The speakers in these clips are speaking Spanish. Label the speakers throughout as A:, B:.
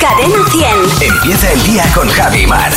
A: Cadena 100.
B: Empieza el día con Javi Mar.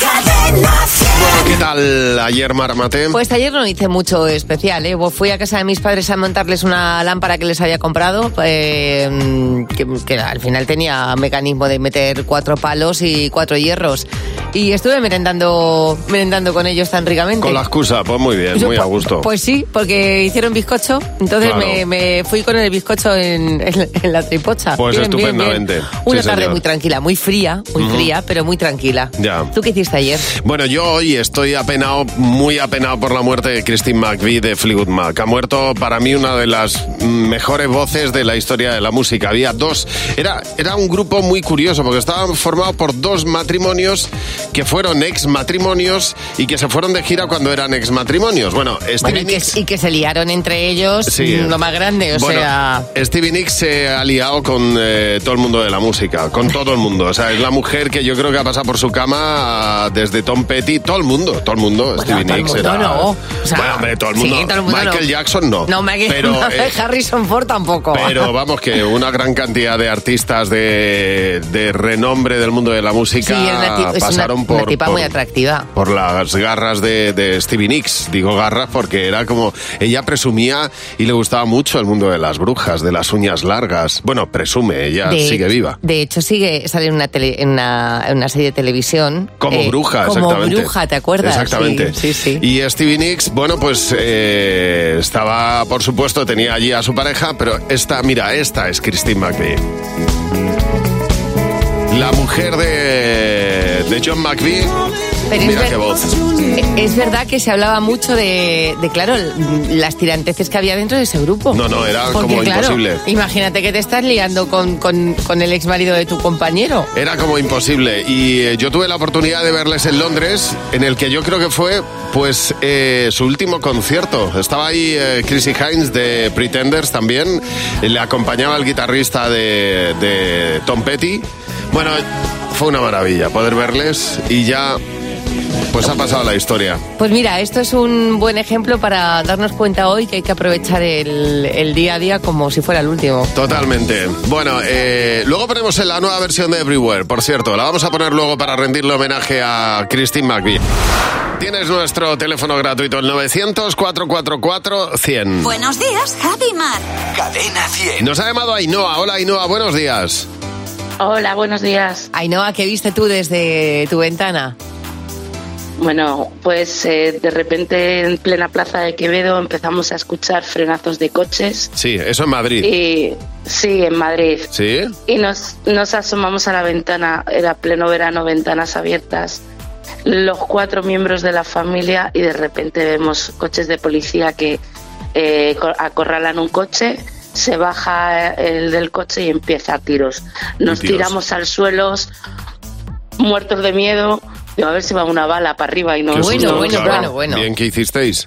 A: Cadena 100.
C: ¿Qué tal ayer, Marmate?
D: Pues ayer no hice mucho especial, ¿eh? Fui a casa de mis padres a montarles una lámpara que les había comprado, eh, que, que al final tenía mecanismo de meter cuatro palos y cuatro hierros. Y estuve merendando, merendando con ellos tan ricamente.
C: Con la excusa, pues muy bien,
D: Yo,
C: muy a
D: pu-
C: gusto.
D: Pues sí, porque hicieron bizcocho, entonces
C: Claro.
D: me, me fui con el bizcocho en, en- en la tripocha.
C: Pues estupendamente.
D: Una
C: Sí,
D: tarde
C: señor.
D: muy tranquila, muy fría, muy fría, pero muy tranquila.
C: Ya.
D: ¿Tú qué hiciste ayer?
C: Bueno, yo hoy estoy apenado, muy apenado por la muerte de Christine McVie de Fleetwood Mac. Ha muerto para mí una de las mejores voces de la historia de la música. Había dos. Era, era un grupo muy curioso porque estaban formado por dos matrimonios que fueron ex matrimonios y que se fueron de gira cuando eran ex matrimonios. Bueno, este
D: Bueno,
C: Stevie
D: y, que,
C: Nicks.
D: y que se liaron entre ellos
C: Sí.
D: mm, lo más grande, o
C: Bueno,
D: sea...
C: Stevie Nicks se ha liado con eh, todo el mundo de la música, con todo el mundo. O sea, es la mujer que yo creo que ha pasado por su cama ah, desde Tom Petty, todo el mundo, todo el mundo. Stevie
D: todo el
C: Nicks
D: mundo
C: era-
D: no, o sea,
C: bueno, hombre, todo el
D: sí,
C: mundo.
D: todo el mundo
C: Michael
D: no.
C: Jackson no.
D: No, me
C: pero, eh,
D: Harrison Ford tampoco.
C: pero vamos que una gran cantidad de artistas de, de renombre del mundo de la
D: sí,
C: música
D: es una, tip- es una- una
C: pasaron por,
D: tipa
C: por-
D: muy atractiva.
C: por las garras de, de Stevie Nicks. Digo garras porque era como. Ella presumía y le gustaba mucho el mundo de las brujas, de las uñas largas. Bueno, presume, ella
D: De-
C: sigue viva.
D: De hecho, sigue, sale en una, tele- en una, en una serie de televisión.
C: Como
D: eh,
C: bruja,
D: como
C: exactamente.
D: bruja, ¿te acuerdas?
C: Exactamente.
D: Sí, sí. sí.
C: Y Stevie Nicks, bueno, pues eh, estaba, por supuesto, tenía allí a su pareja, pero esta, mira, esta es Christine McVie. La mujer de, de John McVie.
D: Pero
C: Mira
D: es, ver- Eh,
C: qué voz.
D: es verdad que se hablaba mucho de, de, claro, las tiranteces que había dentro de ese grupo.
C: No, no, era
D: Porque,
C: como
D: claro,
C: imposible.
D: Imagínate que te estás liando con, con, con el ex marido de tu compañero.
C: Era como imposible. Y eh, yo tuve la oportunidad de verles en Londres, en el que yo creo que fue pues eh, su último concierto. Estaba ahí eh, Chrissy Hines de Pretenders también. Le acompañaba el guitarrista de, de Tom Petty. Bueno, fue una maravilla poder verles y ya pues ha pasado la historia.
D: Pues mira, esto es un buen ejemplo para darnos cuenta hoy que hay que aprovechar el, el día a día como si fuera el último.
C: Totalmente. Bueno, eh, luego ponemos en la nueva versión de Everywhere, por cierto. La vamos a poner luego para rendirle homenaje a Christine McVie. Tienes nuestro teléfono gratuito, el 900-444-100.
A: Buenos días, Javi y Mar.
B: Cadena 100.
C: Nos ha llamado Ainhoa. Hola Ainhoa, buenos días.
E: Hola, buenos días.
D: Ainhoa, ¿qué viste tú desde tu ventana?
E: Bueno, pues eh, de repente en plena plaza de Quevedo empezamos a escuchar frenazos de coches
C: Sí, eso en Madrid.
E: y sí, en Madrid.
C: ¿Sí?
E: Y nos, nos asomamos a la ventana, era pleno verano, ventanas abiertas, los cuatro miembros de la familia y de repente vemos coches de policía que eh, co- acorralan un coche, se baja eh, el del coche y empieza a tiros. Nos
C: Tiros.
E: tiramos al suelo, muertos de miedo, digo, a ver si va una bala para arriba y no.
C: Qué
D: Bueno,
C: susto,
D: bueno,
C: claro.
D: bueno, bueno.
C: Bien, ¿qué hicisteis?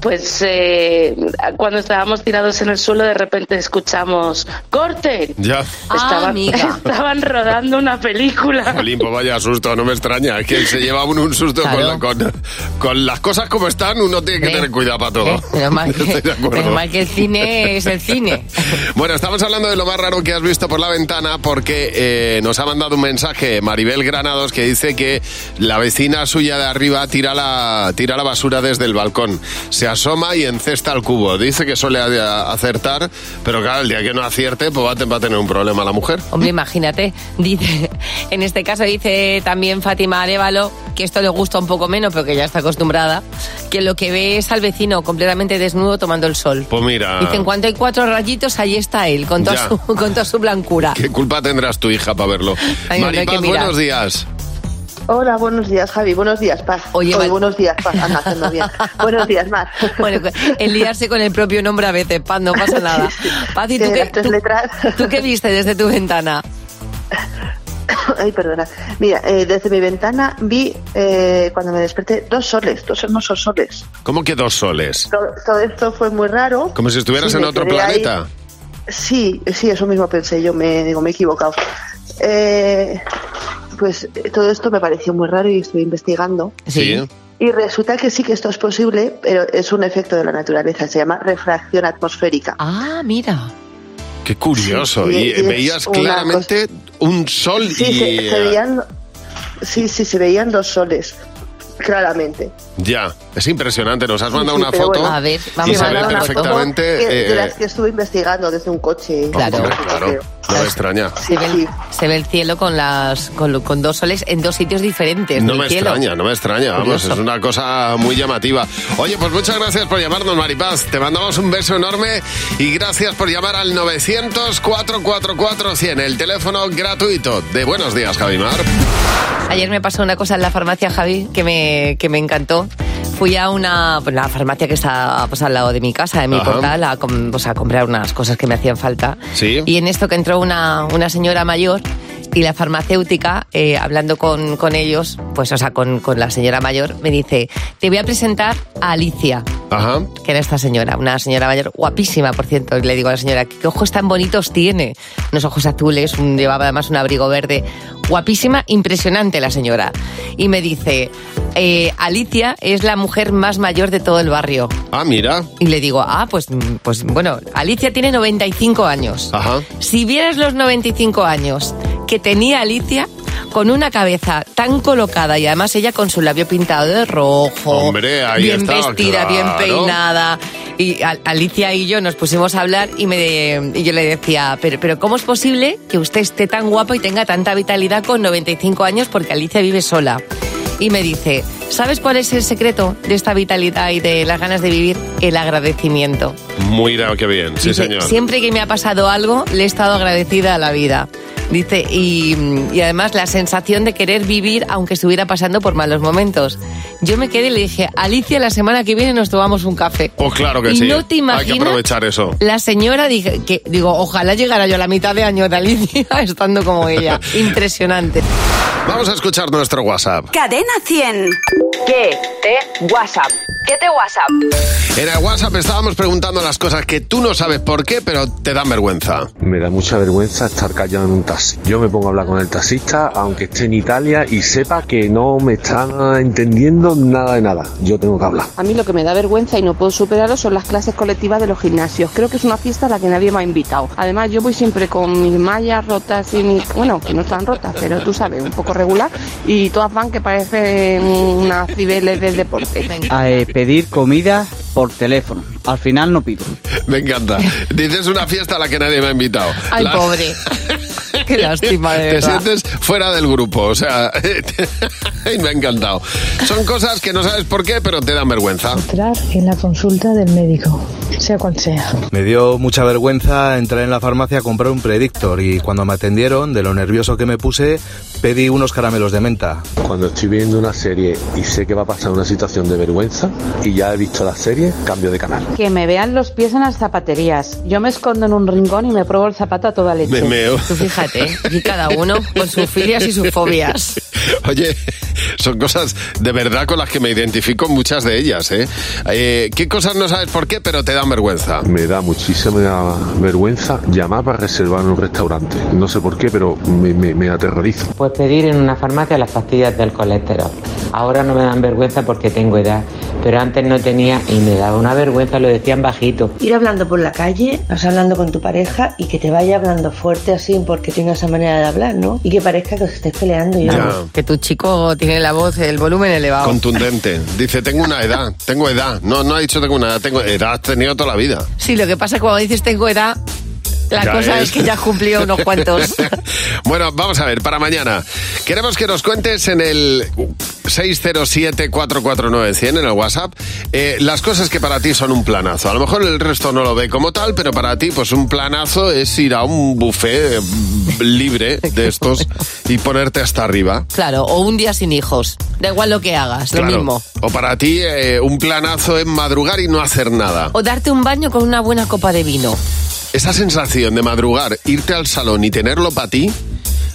E: Pues eh, cuando estábamos tirados en el suelo de repente escuchamos, ¡corten!
C: Ya.
D: Ah,
E: Estaban,
D: amiga.
E: estaban rodando una película.
C: Olimpo, vaya susto, no me extraña. Es que se lleva uno un susto con
D: Claro.
C: la- con, con las cosas como están, uno tiene que
D: ¿Eh?
C: tener cuidado para
D: ¿Eh?
C: todo.
D: Menos mal
C: Estoy
D: que,
C: de acuerdo.
D: menos mal que el cine es el cine.
C: Bueno, estamos hablando de lo más raro que has visto por la ventana porque eh, nos ha mandado un mensaje Maribel Granados que dice que la vecina suya de arriba tira la, tira la basura desde el balcón. Se asoma y encesta el cubo. Dice que suele a- acertar, pero claro, el día que no acierte, pues va a te- va a tener un problema la mujer.
D: Hombre, imagínate, dice, en este caso dice también Fátima Arevalo, que esto le gusta un poco menos, pero que ya está acostumbrada, que lo que ve es al vecino completamente desnudo tomando el sol.
C: Pues mira,
D: Dice, en cuanto hay cuatro rayitos, ahí está él, con
C: Ya.
D: toda, su, con toda su blancura.
C: ¿qué culpa tendrás tu hija para verlo?
D: Ay, no, no hay que
C: Maripaz,
D: mirar.
C: buenos días.
F: Hola, buenos días, Javi. Buenos días, Paz.
D: Oye,
F: Hoy,
D: Val-
F: buenos días, Paz. Anda, haciendo bien. buenos días, Mar.
D: Bueno, el liarse con el propio nombre a veces, Paz, no pasa nada. Paz, ¿y tú
F: Que
D: qué,
F: las tres
D: tú-
F: letras.
D: tú qué viste desde tu ventana?
F: Ay, perdona. Mira, eh, desde mi ventana vi, eh, cuando me desperté, dos soles, dos hermosos soles.
C: ¿Cómo que dos soles?
F: Todo, todo esto fue muy raro.
C: Como si estuvieras
F: Sí,
C: en
F: me
C: otro
F: quedé ahí.
C: planeta.
F: Sí, sí, eso mismo pensé yo, me digo, me he equivocado. Eh, pues eh, todo esto me pareció muy raro y estuve investigando. Y resulta que sí que esto es posible, pero es un efecto de la naturaleza, se llama refracción atmosférica.
D: Ah, mira.
C: Qué curioso.
F: Sí, sí,
C: y eh,
F: es
C: veías
F: una
C: claramente un sol
F: Sí,
C: y. eh,
F: se, se veían, sí, sí, se veían dos soles, claramente.
C: Ya, es impresionante. Nos has mandado
F: Sí,
C: una
F: pero
C: foto.
F: bueno. A ver,
C: y
F: vamos
C: se
F: a
C: ve
F: mandar una foto.
C: perfectamente.
F: Que- de
C: eh,
F: las que estuve investigando desde un coche.
C: hombre, claro. No me extraña.
D: Se ve, el, se ve el cielo con las con, lo- con dos soles en dos sitios diferentes.
C: No
D: del
C: me
D: cielo.
C: extraña, no me extraña. Vamos,
D: Curioso.
C: es una cosa muy llamativa. Oye, pues muchas gracias por llamarnos, Maripaz. Te mandamos un beso enorme y gracias por llamar al 900-444-100, el teléfono gratuito de Buenos Días, Javimar.
D: Ayer me pasó una cosa en la farmacia, Javi, que me, que me encantó. Fui a una pues, la farmacia que está pues, al lado de mi casa, de mi
C: Ajá.
D: portal, a, com- pues, a comprar unas cosas que me hacían falta.
C: Sí.
D: Y en esto que entró una, una señora mayor y la farmacéutica, eh, hablando con, con ellos, pues o sea, con, con la señora mayor, me dice, te voy a presentar a Alicia.
C: Ajá.
D: que era esta señora, una señora mayor guapísima, por cierto, y le digo a la señora, qué ojos tan bonitos tiene, unos ojos azules, un- llevaba además un abrigo verde, guapísima, impresionante la señora. Y me dice, "Eh, Alicia es la mujer más mayor de todo el barrio.
C: Ah, mira.
D: Y le digo, ah, pues, mm, pues bueno, Alicia tiene 95 años.
C: Ajá.
D: Si vieras los 95 años que tenía Alicia con una cabeza tan colocada y además ella con su labio pintado de rojo,
C: Hombre, ahí
D: bien
C: está,
D: vestida, bien
C: claro.
D: peinada. Y Al- Alicia y yo nos pusimos a hablar y, me de- y yo le decía, pero, pero ¿cómo es posible que usted esté tan guapo y tenga tanta vitalidad con 95 años porque Alicia vive sola? Y me dice, ¿sabes cuál es el secreto de esta vitalidad y de las ganas de vivir? El agradecimiento.
C: Muy bien, qué bien. Sí,
D: Dice,
C: señor.
D: Siempre que me ha pasado algo, le he estado agradecida a la vida. Dice, y, y además la sensación de querer vivir aunque estuviera pasando por malos momentos. Yo me quedé y le dije, Alicia, la semana que viene nos tomamos un café.
C: Pues claro que
D: y
C: sí.
D: no te
C: Hay que
D: imaginas
C: aprovechar eso.
D: La señora dije que digo, ojalá llegara yo a la mitad de año de Alicia estando como ella. Impresionante.
C: Vamos a escuchar nuestro WhatsApp.
A: Cadena 100. ¿Qué te WhatsApp? ¿Qué te WhatsApp?
C: En el WhatsApp estábamos preguntando las cosas que tú no sabes por qué, pero te dan vergüenza.
G: Me da mucha vergüenza estar callado en un taxi. Yo me pongo a hablar con el taxista, aunque esté en Italia, y sepa que no me están entendiendo nada de nada. Yo tengo que hablar.
H: A mí lo que me da vergüenza y no puedo superarlo son las clases colectivas de los gimnasios. Creo que es una fiesta a la que nadie me ha invitado. Además, yo voy siempre con mis mallas rotas y mis... Bueno, que no están rotas, pero tú sabes, un poco regular. Y todas van que parecen unas cibeles del deporte.
I: a eh, pedir comida por teléfono. Al final no pido.
C: Me encanta. Dices una fiesta a la que nadie me ha invitado.
D: Ay,
C: La-
D: pobre. Qué lástima, de
C: Te
D: verdad.
C: sientes fuera del grupo, o sea, y me ha encantado. Son cosas que no sabes por qué, pero te dan vergüenza.
J: entrar en la consulta del médico, sea cual sea.
K: Me dio mucha vergüenza entrar en la farmacia a comprar un predictor y cuando me atendieron, de lo nervioso que me puse, pedí unos caramelos de menta.
G: Cuando estoy viendo una serie y sé que va a pasar una situación de vergüenza, y ya he visto la serie, cambio de canal.
L: Que me vean los pies en las zapaterías. Yo me escondo en un rincón y me pruebo el zapato a toda leche.
C: Me meo.
D: Tú fíjate, ¿eh? y cada uno con sus filias y sus fobias.
C: Oye, son cosas de verdad con las que me identifico muchas de ellas, ¿eh? Eh, ¿Qué cosas no sabes por qué, pero te dan vergüenza?
G: Me da muchísima vergüenza llamar para reservar en un restaurante. No sé por qué, pero me, me, me aterroriza.
M: Pues pedir en una farmacia las pastillas del colesterol. Ahora no me dan vergüenza porque tengo edad, pero antes no tenía y me daba una vergüenza, lo decían bajito.
N: Ir hablando por la calle, vas hablando con tu pareja y que te vaya hablando fuerte así porque tenga esa manera de hablar, ¿no? Y que parezca que os estés peleando. y
C: Ya.
D: Que tu chico tiene la voz, el volumen elevado.
C: Contundente. Dice, tengo una edad, tengo edad. No, no ha dicho tengo una edad, tengo edad, has tenido toda la vida.
D: Sí, lo que pasa es que cuando dices tengo edad, la
C: Ya
D: cosa
C: es.
D: es. que ya has cumplido unos cuantos.
C: Bueno, vamos a ver, para mañana. Queremos que nos cuentes en el 607-449-100, en el WhatsApp, eh, las cosas que para ti son un planazo. A lo mejor el resto no lo ve como tal, pero para ti, pues un planazo es ir a un buffet eh, libre de estos y ponerte hasta arriba.
D: claro, o un día sin hijos. Da igual lo que hagas, lo
C: Claro.
D: mismo.
C: O para ti, eh, un planazo es madrugar y no hacer nada.
D: O darte un baño con una buena copa de vino.
C: Esa sensación de madrugar, irte al salón y tenerlo para ti,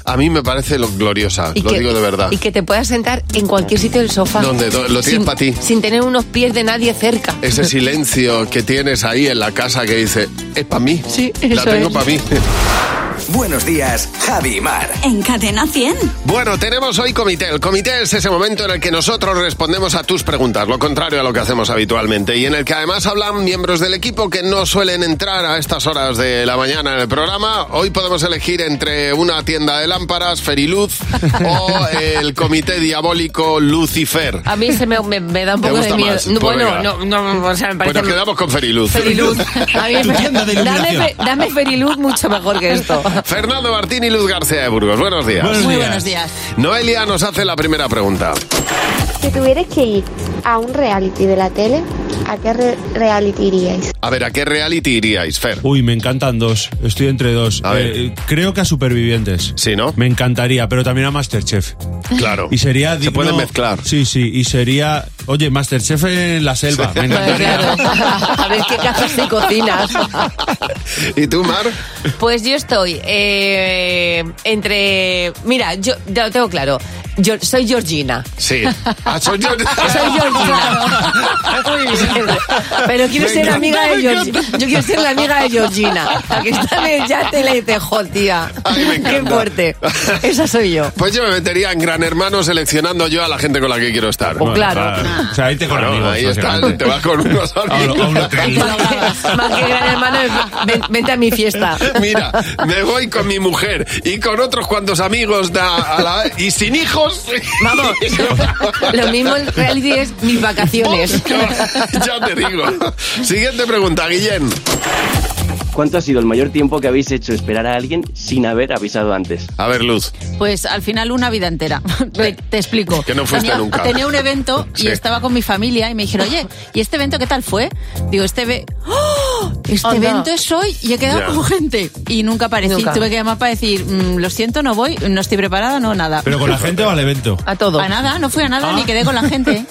C: a mí me parece lo gloriosa, lo digo de verdad.
D: Y que te puedas sentar en cualquier sitio del sofá.
C: Donde do- lo tienes
D: Sin-
C: pa' ti.
D: Sin tener unos pies de nadie cerca.
C: Ese silencio que tienes ahí en la casa que dice, es para mí.
D: Sí,
C: La
D: eso
C: tengo
D: es.
C: para mí.
B: Buenos días, Javi y Mar.
O: En Cadena 100.
C: Bueno, tenemos hoy comité. El comité es ese momento en el que nosotros respondemos a tus preguntas, lo contrario a lo que hacemos habitualmente, y en el que además hablan miembros del equipo que no suelen entrar a estas horas de la mañana en el programa. Hoy podemos elegir entre una tienda de lámparas, Feriluz, o el comité diabólico Lucifer.
D: A mí se me, me- me da un
C: ¿Te
D: poco de
C: gusta
D: miedo.
C: más?
D: No,
C: Pues
D: bueno,
C: venga.
D: no, no, o sea, me parece...
C: Bueno, quedamos con Feriluz.
D: Feriluz. A mí me-
C: Tu tienda de
D: dame,
C: iluminación.
D: fe- dame Feriluz mucho mejor que esto.
C: Fernando Martín y Luz García de Burgos, buenos días.
D: Buenos Muy días. buenos días.
C: Noelia nos hace la primera pregunta.
P: Si tuvierais que ir a un reality de la tele, ¿a qué re- reality iríais?
C: A ver, ¿a qué reality iríais, Fer?
Q: Uy, me encantan dos. Estoy entre dos. Eh, creo que a Supervivientes.
C: Sí, ¿no?
Q: Me encantaría, pero también a Masterchef.
C: Claro.
Q: Y sería
C: Se pueden
Q: mezclar. Sí, sí. Y sería. Oye, Masterchef en la selva. Me encantaría.
D: A ver qué cazas y cocinas.
C: ¿Y tú, Mar?
D: Pues yo estoy eh, entre... Mira, yo ya lo tengo claro. Yo soy Georgina.
C: Sí. Ah, soy yo.
D: Soy Georgina. Pero quiero
C: Me
D: ser
C: encanta,
D: amiga de
C: me
D: Georgina. Yo quiero ser la amiga de Georgina. La que está en el yate le dice, "Jo, tía. Qué fuerte. Esa soy yo.
C: Pues yo me metería en Gran Hermano seleccionando yo a la gente con la que quiero estar.
D: Pues claro.
Q: O sea, ahí te con
C: Claro,
Q: amigos,
C: ahí está,
Q: básicamente.
C: te vas con unos amigos.
D: Más que gran hermano, ven- vente a mi fiesta.
C: Mira, me voy con mi mujer y con otros cuantos amigos da- a la- y sin hijos.
D: Vamos. Lo mismo el reality es mis vacaciones.
C: ya te digo. Siguiente pregunta, Guillén.
R: ¿Cuánto ha sido el mayor tiempo que habéis hecho esperar a alguien sin haber avisado antes?
C: A ver, Luz.
S: Pues al final una vida entera. Te, te explico.
C: Eh, Que no fuiste
S: tenía,
C: nunca.
S: Tenía un evento y
C: Sí.
S: estaba con mi familia y me dijeron, oye, ¿y este evento qué tal fue? Digo, este, ve- ¡Oh! este
D: Anda.
S: evento es hoy y he quedado
Q: Ya.
S: con gente. Y nunca aparecí.
D: Nunca.
S: Tuve que llamar para decir, "Mm, lo siento, no voy, no estoy preparada, no, nada.
Q: Pero con la Ah. gente o al evento.
D: A todo.
S: A nada, no fui a nada, ni quedé con la gente.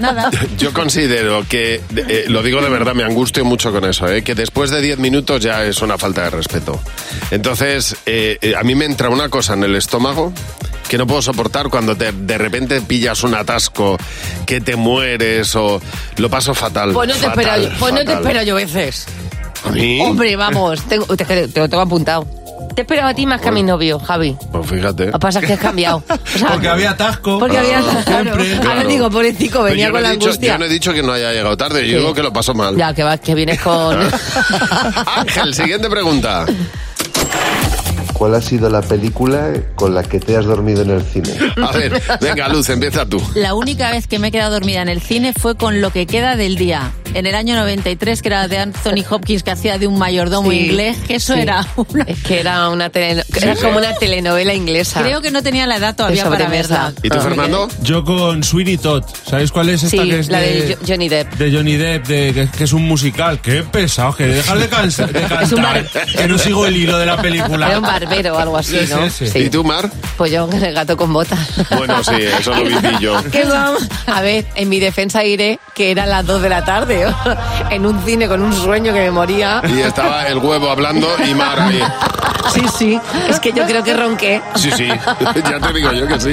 S: nada.
C: Yo considero que, eh, lo digo de verdad, me angustio mucho con eso, eh, que después de 10 minutos ya es una falta de respeto. Entonces, eh, eh, a mí me entra una cosa en el estómago que no puedo soportar cuando te- de repente pillas un atasco, que te mueres o lo paso fatal.
D: Pues no te
C: fatal,
D: espero, pues no te
C: fatal.
D: espero yo veces.
C: ¿A mí?
D: Hombre, vamos, tengo- te, te lo tengo apuntado. Te esperaba a ti más que a mi novio, Javi.
C: Pues fíjate.
D: Lo que pasa es que has cambiado. O sea,
Q: Porque había atasco.
D: porque había... Claro. Ahora
C: claro.
D: digo, pobrecito,
C: Pero
D: venía
C: yo no
D: con
C: he
D: la
C: dicho-
D: angustia.
C: Yo no he dicho que no haya llegado tarde,
D: Sí.
C: yo digo que lo paso mal.
D: Ya, que vas, que vienes con...
C: Ah, Ángel, siguiente pregunta.
T: ¿Cuál ha sido la película con la que te has dormido en el cine?
C: A ver, venga, Luz, empieza tú.
S: La única vez que me he quedado dormida en el cine fue con Lo que queda del día. En el año 93, que era de Anthony Hopkins, que hacía de un mayordomo
D: Sí,
S: inglés, que eso
D: sí.
S: era una...
D: Es que era una tele- era
S: sí.
D: como una telenovela inglesa.
S: Creo que no tenía la edad todavía
D: De
S: para
D: sobremesa.
S: verla.
Q: Yo con Sweeney Todd. ¿Sabéis cuál es esta
D: Sí,
Q: que es
D: la
Q: de,
D: de Jo- Johnny Depp.
Q: de Johnny Depp, de, que, que es un musical? ¡Qué pesado! Que dejar de, cansa- de cantar.
D: Es un bar-
Q: Que no sigo el hilo de la película.
D: Era un barbero o algo así,
Q: Sí, sí,
D: ¿no?
Q: sí.
C: ¿Y tú, Mar?
D: Pues yo con el gato con botas.
C: Bueno, sí, eso lo viví yo.
D: Que vamos- A ver, en mi defensa iré que eran las 2 de la tarde, en un cine con un sueño que me moría.
C: Y estaba el huevo hablando y Mar ahí.
D: Sí, sí, es que yo creo que ronqué.
C: Sí, sí, ya te digo yo que sí.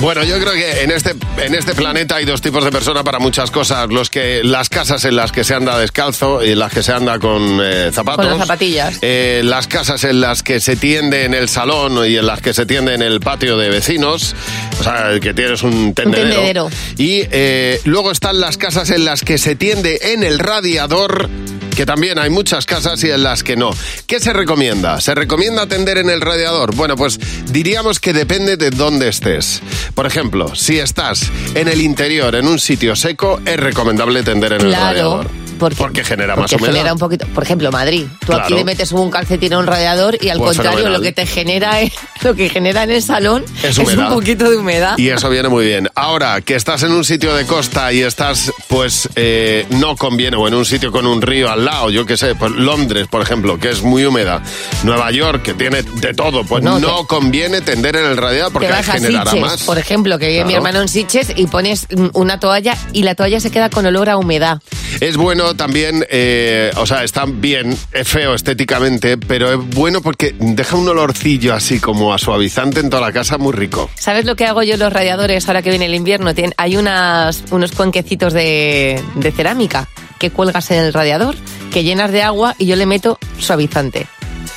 C: Bueno, yo creo que en este, en este planeta hay dos tipos de personas para muchas cosas. Los que, las casas en las que se anda descalzo y las que se anda con eh, zapatos.
D: Con las zapatillas.
C: Eh, las casas en las que se tiende en el salón y en las que se tiende en el patio de vecinos. O sea, el que tienes un tendedero.
D: tendedero.
C: Y eh, luego están las casas en las que se tiende en el radiador. Que también hay muchas casas y en las que no. ¿Qué se recomienda? ¿Se recomienda tender en el radiador? Bueno, pues diríamos que depende de dónde estés. Por ejemplo, si estás en el interior, en un sitio seco, es recomendable tender en el
D: Claro,
C: radiador. Porque, genera más
D: Porque
C: humedad.
D: genera un poquito, por ejemplo, Madrid. Tú aquí
C: Claro.
D: le metes un calcetín a un radiador y al
C: Pues
D: contrario,
C: fenomenal.
D: lo que te genera es, lo que genera en el salón
C: Es
D: es,
C: humedad.
D: un poquito de humedad.
C: Y eso viene muy bien. Ahora, que estás en un sitio de costa y estás, pues, eh, no conviene, o en un sitio con un río al lado, yo qué sé, pues Londres, por ejemplo, que es muy húmeda, Nueva York, que tiene de todo, pues no,
D: No,
C: conviene tender en el radiador porque
D: te vas a
C: generará
D: Siches,
C: más.
D: por ejemplo, que vive mi
C: Claro.
D: hermano en Siches y pones mm, una toalla y la toalla se queda con olor a humedad.
C: Es bueno también, eh, o sea, está bien, es feo estéticamente, pero es bueno porque deja un olorcillo así como a suavizante en toda la casa, muy rico.
D: ¿Sabes lo que hago yo en los radiadores ahora que viene el invierno? Tien- hay unas, unos cuenquecitos de, de cerámica que cuelgas en el radiador, que llenas de agua y yo le meto suavizante.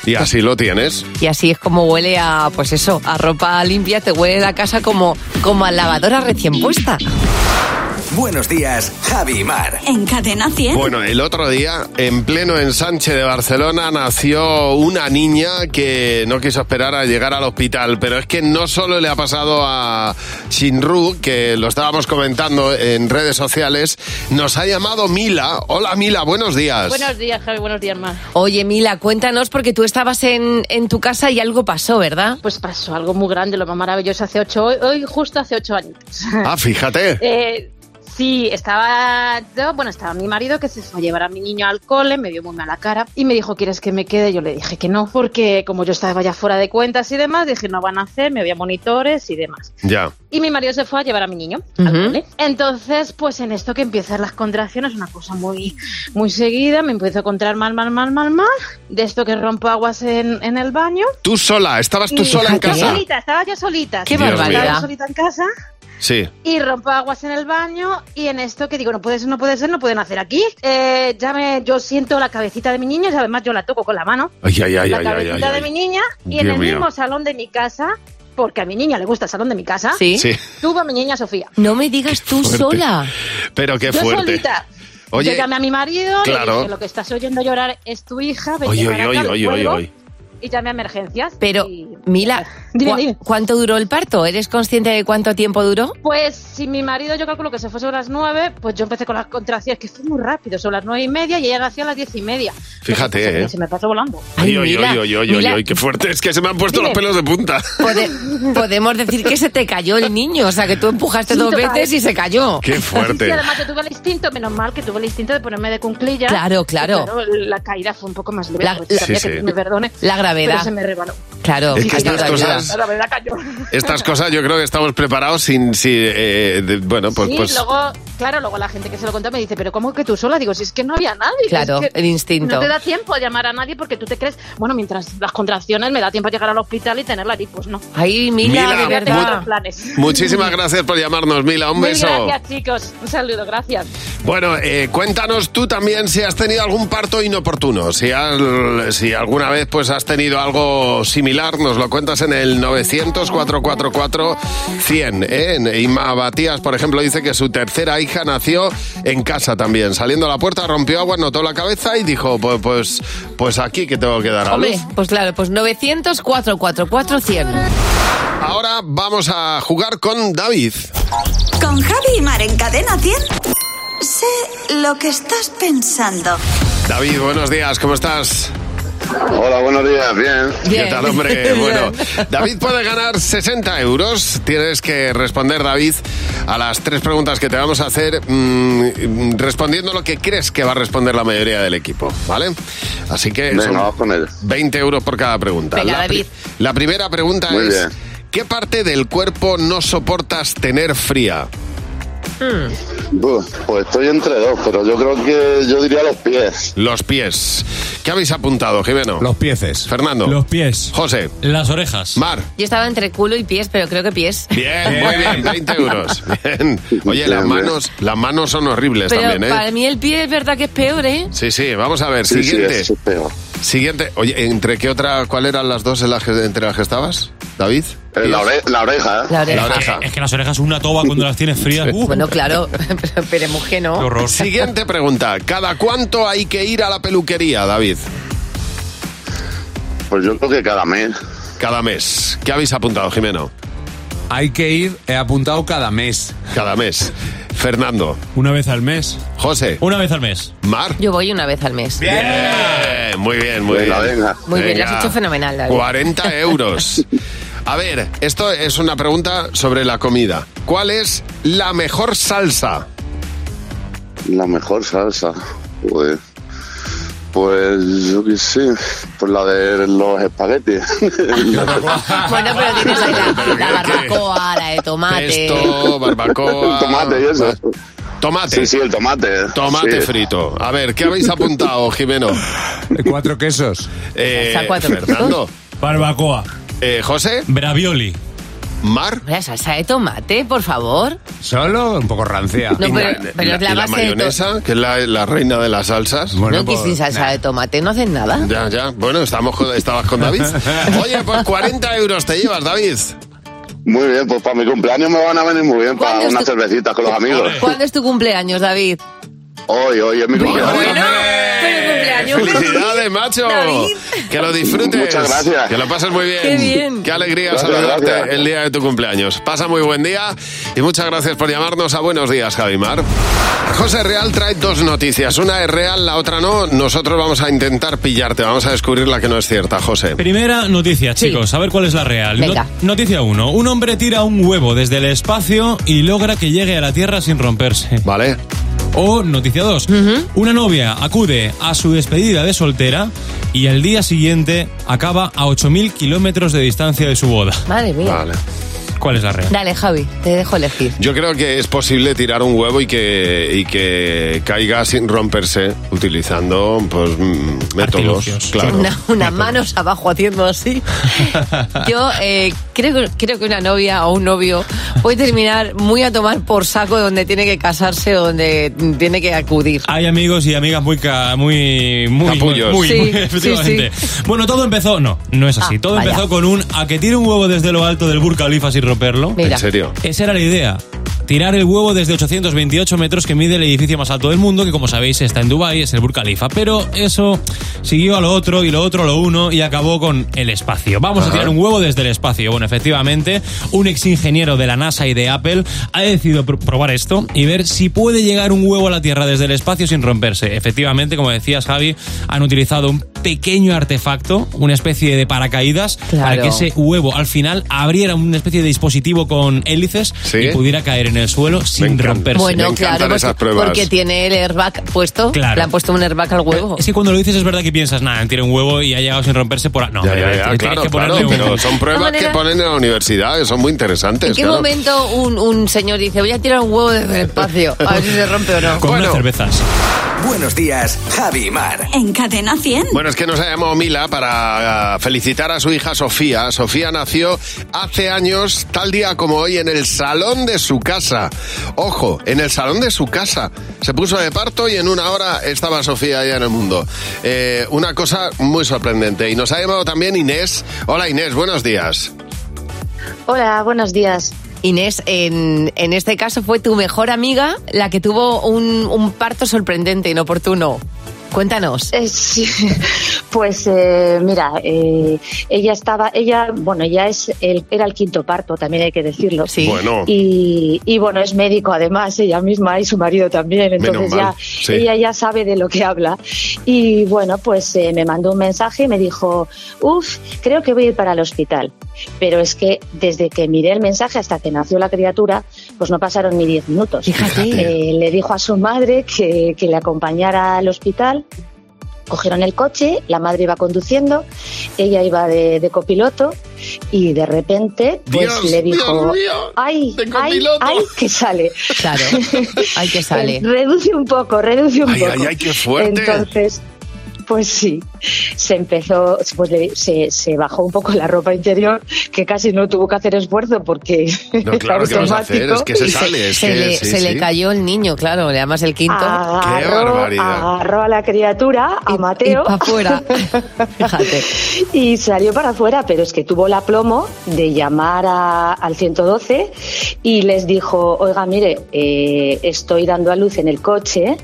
C: Y así lo tienes.
D: Y así es como huele a, pues eso, a ropa limpia, te huele la casa como, como a lavadora recién puesta.
B: Buenos días, Javi Mar.
O: En Cadena 100.
C: Bueno, el otro día, en pleno ensanche de Barcelona, nació una niña que no quiso esperar a llegar al hospital. Pero es que no solo le ha pasado a Shinru, que lo estábamos comentando en redes sociales, nos ha llamado Mila. Hola Mila, buenos días.
U: Buenos días, Javi, buenos días, Mar.
D: Oye, Mila, cuéntanos, porque tú estabas en, en tu casa y algo pasó, ¿verdad?
U: Pues pasó algo muy grande, lo más maravilloso, hace ocho, hoy, hoy justo hace ocho años.
C: Ah, fíjate.
U: eh, Sí, estaba yo, bueno, estaba mi marido que se fue a llevar a mi niño al cole, me vio muy mala cara y me dijo, ¿quieres que me quede? Yo le dije que no, porque como yo estaba ya fuera de cuentas y demás, dije, no van a hacer, me voy a monitores y demás.
C: Ya.
U: Y mi marido se fue a llevar a mi niño al
C: Ujú.
U: cole. Entonces, pues en esto que empiezan las contracciones, una cosa muy, muy seguida, me empiezo a contraer mal, mal, mal, mal, mal, de esto que rompo aguas en, en el baño.
C: Tú sola, estabas tú
U: Y-
C: sola en
U: Yo
C: casa.
U: solita, estaba yo solita.
C: Qué
U: sí, Estaba
C: barbaridad.
U: yo solita en casa.
C: Sí.
U: Y rompo aguas en el baño y en esto que digo, no puede ser, no puede ser, no pueden hacer aquí. Eh, ya me, yo siento la cabecita de mi niño y además yo la toco con la mano.
C: Ay, ay, ay,
U: la
C: ay, ay,
U: cabecita
C: ay,
U: de
C: ay.
U: mi niña y en
C: Dios
U: el
C: mío.
U: mismo salón de mi casa, porque a mi niña le gusta el salón de mi casa,
C: Sí. Sí.
U: tuvo a mi niña Sofía.
D: No me digas tú
C: fuerte. sola. Pero qué
U: yo
C: fuerte.
U: solita.
C: Oye,
U: yo llamé a mi marido, le
C: claro.
U: dije, lo que estás oyendo llorar es tu hija, vete
C: Oye,
U: para
C: oye,
U: acá,
C: oye, oye,
U: vuelvo".
C: oye.
U: Y llamé a emergencias.
D: Pero, Mila, ¿cu- ¿cuánto duró el parto? ¿Eres consciente de cuánto tiempo duró?
U: Pues si mi marido yo calculo que se fue sobre las nueve, pues yo empecé con las contracciones, que fue muy rápido, sobre las nueve y media y ella nació a las diez y media.
C: Fíjate, ¿eh?
U: Se me pasó volando.
C: Oye, oye,
D: Mila,
C: oye, oye, oye,
D: Mila.
C: oye, qué fuerte. Es que se me han puesto
D: Dime.
C: los pelos de punta.
D: Pode- podemos decir que se te cayó el niño, o sea, que tú empujaste
U: Sí,
D: dos
U: total.
D: veces y se cayó.
C: Qué
U: Y
C: fuerte.
U: además yo tuve el instinto, menos mal que tuve el instinto de ponerme de cunclillas.
D: Claro, claro.
U: Y La caída fue un poco más leve.
D: La-
U: pues,
D: la-
U: sabía
C: Sí,
U: que
C: sí.
U: me perdone.
D: La gravedad.
U: Pero se me rebaló.
D: Claro,
C: Es que
D: ayuda,
C: estas
D: ayuda.
C: cosas-
U: La verdad cayó.
C: Estas cosas yo creo que estamos preparados sin... sin, eh, de- bueno, pues...
U: sí,
C: pues
U: luego, claro, luego la gente que se lo contó me dice, pero ¿cómo que tú sola? Digo, si es que no había nadie.
D: Claro,
U: es que
D: el instinto.
U: No te da tiempo a llamar a nadie porque tú te crees, bueno, mientras las contracciones me da tiempo a llegar al hospital y tenerla allí, pues no.
D: Ay,
C: Mila, Mila, de
U: Yo tengo
C: verdad.
U: otros planes.
C: muchísimas gracias por llamarnos, Mila. Un
U: Mil
C: beso.
U: Gracias, chicos. Un saludo, gracias.
C: Bueno, eh, cuéntanos tú también si has tenido algún parto inoportuno. Si, al- si alguna vez pues has tenido algo similar, nos lo cuentas en el 900-444-100. ¿eh? En- Inma Batías, por ejemplo, dice que su tercera hija nació en casa también. Saliendo a la puerta, rompió agua, notó la cabeza y dijo, pues, pues, pues aquí que tengo que dar a luz.
D: Hombre, pues claro, pues 900 444 100.
C: Ahora vamos a jugar con David.
O: Con Javi y Mar en Cadena 100. Sé lo que estás pensando.
C: David, buenos días, ¿cómo estás?
V: Hola, buenos días, bien.
C: ¿Qué tal, hombre? Bueno, David puede ganar 60 euros. Tienes que responder, David, a las tres preguntas que te vamos a hacer, mm, mm, respondiendo lo que crees que va a responder la mayoría del equipo, ¿vale? Así que
V: Venga,
C: son
V: vamos con él.
C: 20 euros por cada pregunta.
V: Venga,
C: la,
V: David.
C: la primera pregunta
V: Muy
C: es,
V: bien.
C: ¿qué parte del cuerpo no soportas tener fría?
V: Buh, pues estoy entre dos, pero yo creo que yo diría los pies.
C: Los pies. ¿Qué habéis apuntado, Jimeno? Los pieces. Fernando. Los pies. José. Las orejas. Mar.
D: Yo estaba entre culo y pies, pero creo que pies.
C: Bien, muy bien, 20 euros. Bien. Oye, las manos, las manos son horribles
D: Pero
C: también, ¿eh?
D: para mí el pie es verdad que es peor, ¿eh?
C: Sí, sí, vamos a ver.
V: Sí, sí,
C: Siguiente.
V: eso
C: Siguiente. Oye, ¿entre qué otra, cuál eran las dos en las que- entre las que estabas, David?
V: Eh, la ore- la oreja, ¿eh? La oreja.
Q: Es que, es que las orejas, una toba cuando las tienes frías. uh.
D: Bueno, claro, pero esperemos que no.
Q: Qué horror.
C: Siguiente pregunta. ¿Cada cuánto hay que ir a la peluquería, David?
V: Pues yo creo que cada mes.
C: Cada mes. ¿Qué habéis apuntado, Jimeno?
W: Hay que ir, he apuntado cada mes.
C: Cada mes. Fernando.
Q: Una vez al mes.
C: José.
Q: Una vez al mes.
C: Mar.
D: Yo voy una vez al mes.
C: Bien, Eh, muy bien, muy
V: Venga,
C: bien.
V: venga.
D: Muy bien, lo has hecho fenomenal, David.
C: 40 euros. A ver, esto es una pregunta sobre la comida. ¿Cuál es la mejor salsa?
V: La mejor salsa. Pues, pues yo qué sé. Pues la de los espaguetes.
D: Bueno, pero tienes ahí la, la barbacoa, la de tomate.
C: Esto, barbacoa.
V: tomate y eso.
C: Tomate.
V: Sí, sí, el tomate.
C: Tomate
V: Sí.
C: frito. A ver, ¿qué habéis apuntado, Jimeno?
W: Cuatro quesos.
C: Eh,
W: O sea, cuatro.
C: Fernando.
Q: Barbacoa.
C: Eh, José.
Q: Bravioli.
C: Mar.
D: La salsa de tomate, por favor.
W: Solo un poco rancia.
D: No,
C: Y
D: pero- pero es la
C: y
D: base de
C: mayonesa, que es la, la reina de las salsas.
D: no, que sin salsa de tomate no hacen nada.
C: Ya, ya. Bueno, estamos con- estabas con David. Oye, pues 40 euros te llevas, David.
V: Muy bien, pues para mi cumpleaños me van a venir muy bien para unas cervecitas con los amigos.
D: ¿Cuándo es tu cumpleaños, David?
V: Hoy, hoy es mi cumpleaños.
C: ¡Felicidades, macho! Que lo disfrutes.
V: Muchas gracias.
C: Que lo pases muy bien.
V: Qué bien.
C: Qué alegría
V: Gracias,
C: saludarte
V: gracias.
C: el día de tu cumpleaños. Pasa muy buen día y muchas gracias por llamarnos a Buenos Días, Javimar. José Real trae dos noticias. Una es real, la otra no. Nosotros vamos a intentar pillarte. Vamos a descubrir la que no es cierta, José.
Q: Primera noticia, chicos, a ver cuál es la real.
D: Venga.
Q: No- noticia 1. Un hombre tira un huevo desde el espacio y logra que llegue a la Tierra sin romperse.
C: Vale.
Q: O noticia 2. Una novia acude a su despedida de soltera y al día siguiente acaba a 8.000 kilómetros de distancia de su boda.
D: Madre mía.
Q: ¿Cuál es la real?
D: Dale, Javi, te dejo elegir.
C: Yo creo que es posible tirar un huevo y que, y que caiga sin romperse utilizando pues mm, métodos. Claro.
D: Una- unas manos abajo haciendo así. Yo eh, creo, creo que una novia o un novio puede terminar muy a tomar por saco donde tiene que casarse o donde tiene que acudir.
Q: Hay amigos y amigas muy ca- muy muy
C: Capullos.
Q: muy,
C: Sí,
Q: muy-
C: sí,
Q: efectivamente. Bueno, todo empezó, no, no es así.
C: Ah,
Q: todo
C: vaya.
Q: empezó con un a que tire un huevo desde lo alto del Burj Khalifa sin romperlo.
C: Mira. ¿En serio?
Q: Esa era la idea. Tirar el huevo desde 828 metros que mide el edificio más alto del mundo, que como sabéis está en Dubái, es el Burj Khalifa. Pero eso siguió a lo otro y lo otro a lo uno y acabó con el espacio. Vamos a
C: Ajá.
Q: tirar un huevo desde el espacio. Bueno, efectivamente, un ex ingeniero de la NASA y de Apple ha decidido pr- probar esto y ver si puede llegar un huevo a la Tierra desde el espacio sin romperse. Efectivamente, como decías, Javi, han utilizado un pequeño artefacto, una especie de paracaídas, para
D: Claro.
Q: que ese huevo al final abriera una especie de dispositivo con hélices y pudiera caer en el suelo sin romperse.
D: Bueno, claro, porque, porque tiene el airbag puesto.
Q: Claro.
D: Le han puesto un airbag al huevo.
Q: Es que cuando lo dices es verdad que piensas, nada, tiene un huevo y ha llegado sin romperse por... a-". No,
C: Ya,
Q: hombre,
C: ya, ya,
Q: tienes
C: Eh, ah, claro,
Q: que
C: claro,
Q: ponerle un-
C: pero son pruebas que
D: manera-
C: ponen en la universidad, que son muy interesantes.
D: ¿En qué
C: claro.
D: momento un, un señor dice voy a tirar un huevo desde el espacio? A ver si se rompe o no.
Q: Con unas cervezas.
B: Buenos días, Javi y Mar.
O: En Cadena 100.
C: Bueno, es que nos ha llamado Mila para ah, felicitar a su hija Sofía. Sofía nació hace años, tal día como hoy, en el salón de su casa. Ojo, en el salón de su casa. Se puso de parto y en una hora estaba Sofía ya en el mundo. Eh, una cosa muy sorprendente. Y nos ha llamado también Inés. Hola Inés, buenos días.
D: Hola, buenos días. Inés, en, en este caso fue tu mejor amiga la que tuvo un, un parto sorprendente, inoportuno. Cuéntanos.
A: Eh, sí, pues eh, mira, eh, ella estaba, ella, bueno, ya es el, era el quinto parto, también hay que decirlo.
D: Sí.
A: Bueno. Y, y, bueno, es médico además, ella misma y su marido también,
E: Menos
A: entonces
E: mal,
A: ya,
E: sí.
A: ella ya sabe de lo que habla. Y bueno, pues eh, me mandó un mensaje y me dijo, uff, creo que voy a ir para el hospital. Pero es que desde que miré el mensaje hasta que nació la criatura, pues no pasaron ni 10 minutos. Eh, le dijo a su madre que, que le acompañara al hospital cogieron el coche, la madre iba conduciendo, ella iba de, de copiloto y de repente pues
F: Dios,
A: le dijo,
F: Dios mío,
A: ay, ay, ay, que sale. Pues,
D: Claro, ay, que sale.
A: reduce un poco, reduce un
F: Ay,
A: poco.
F: ay, ay, qué fuerte.
A: Entonces, pues sí, se empezó, pues le- se, se bajó un poco la ropa interior, que casi no tuvo que hacer esfuerzo porque
C: No, claro, ¿qué vas a hacer?
A: automático.
C: Es que se sale, es
D: Se,
C: que
D: le,
C: sí,
D: se
C: sí.
D: le cayó el niño, claro, le además el quinto.
A: agarró, agarró a la criatura, a Mateo.
D: pa' fuera.
A: y salió para afuera, pero es que tuvo el aplomo de llamar a- al 112 y les dijo, oiga, mire, eh, estoy dando a luz en el coche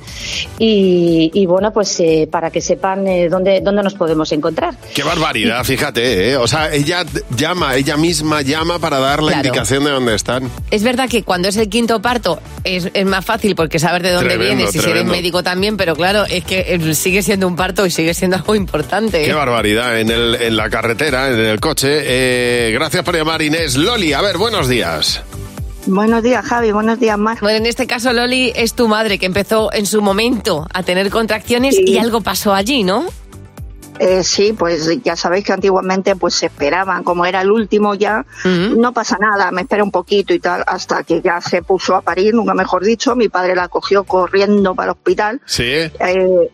A: y, y bueno, pues eh, para que sepan eh, dónde, dónde nos podemos encontrar.
C: Qué barbaridad, fíjate, ¿eh? O sea, ella llama, ella misma llama para dar la
D: Claro.
C: indicación de dónde están.
D: Es verdad que cuando es el quinto parto es, es más fácil porque saber de dónde
C: Tremendo,
D: vienes y si eres
C: tremendo.
D: médico también, pero claro, es que eh, sigue siendo un parto y sigue siendo algo importante. ¿eh?
C: Qué barbaridad, en, el, en la carretera, en el coche. Eh, gracias por llamar, Inés. Loli, a ver, buenos días.
D: Buenos días, Javi. Buenos días, Mar. Bueno, en este caso, Loli es tu madre que empezó en su momento a tener contracciones y algo pasó allí, ¿no?
E: Eh, sí, pues ya sabéis que antiguamente pues se esperaban, como era el último ya, no pasa nada, me espera un poquito y tal, hasta que ya se puso a parir, nunca mejor dicho, mi padre la cogió corriendo para el hospital
C: Sí.
E: eh,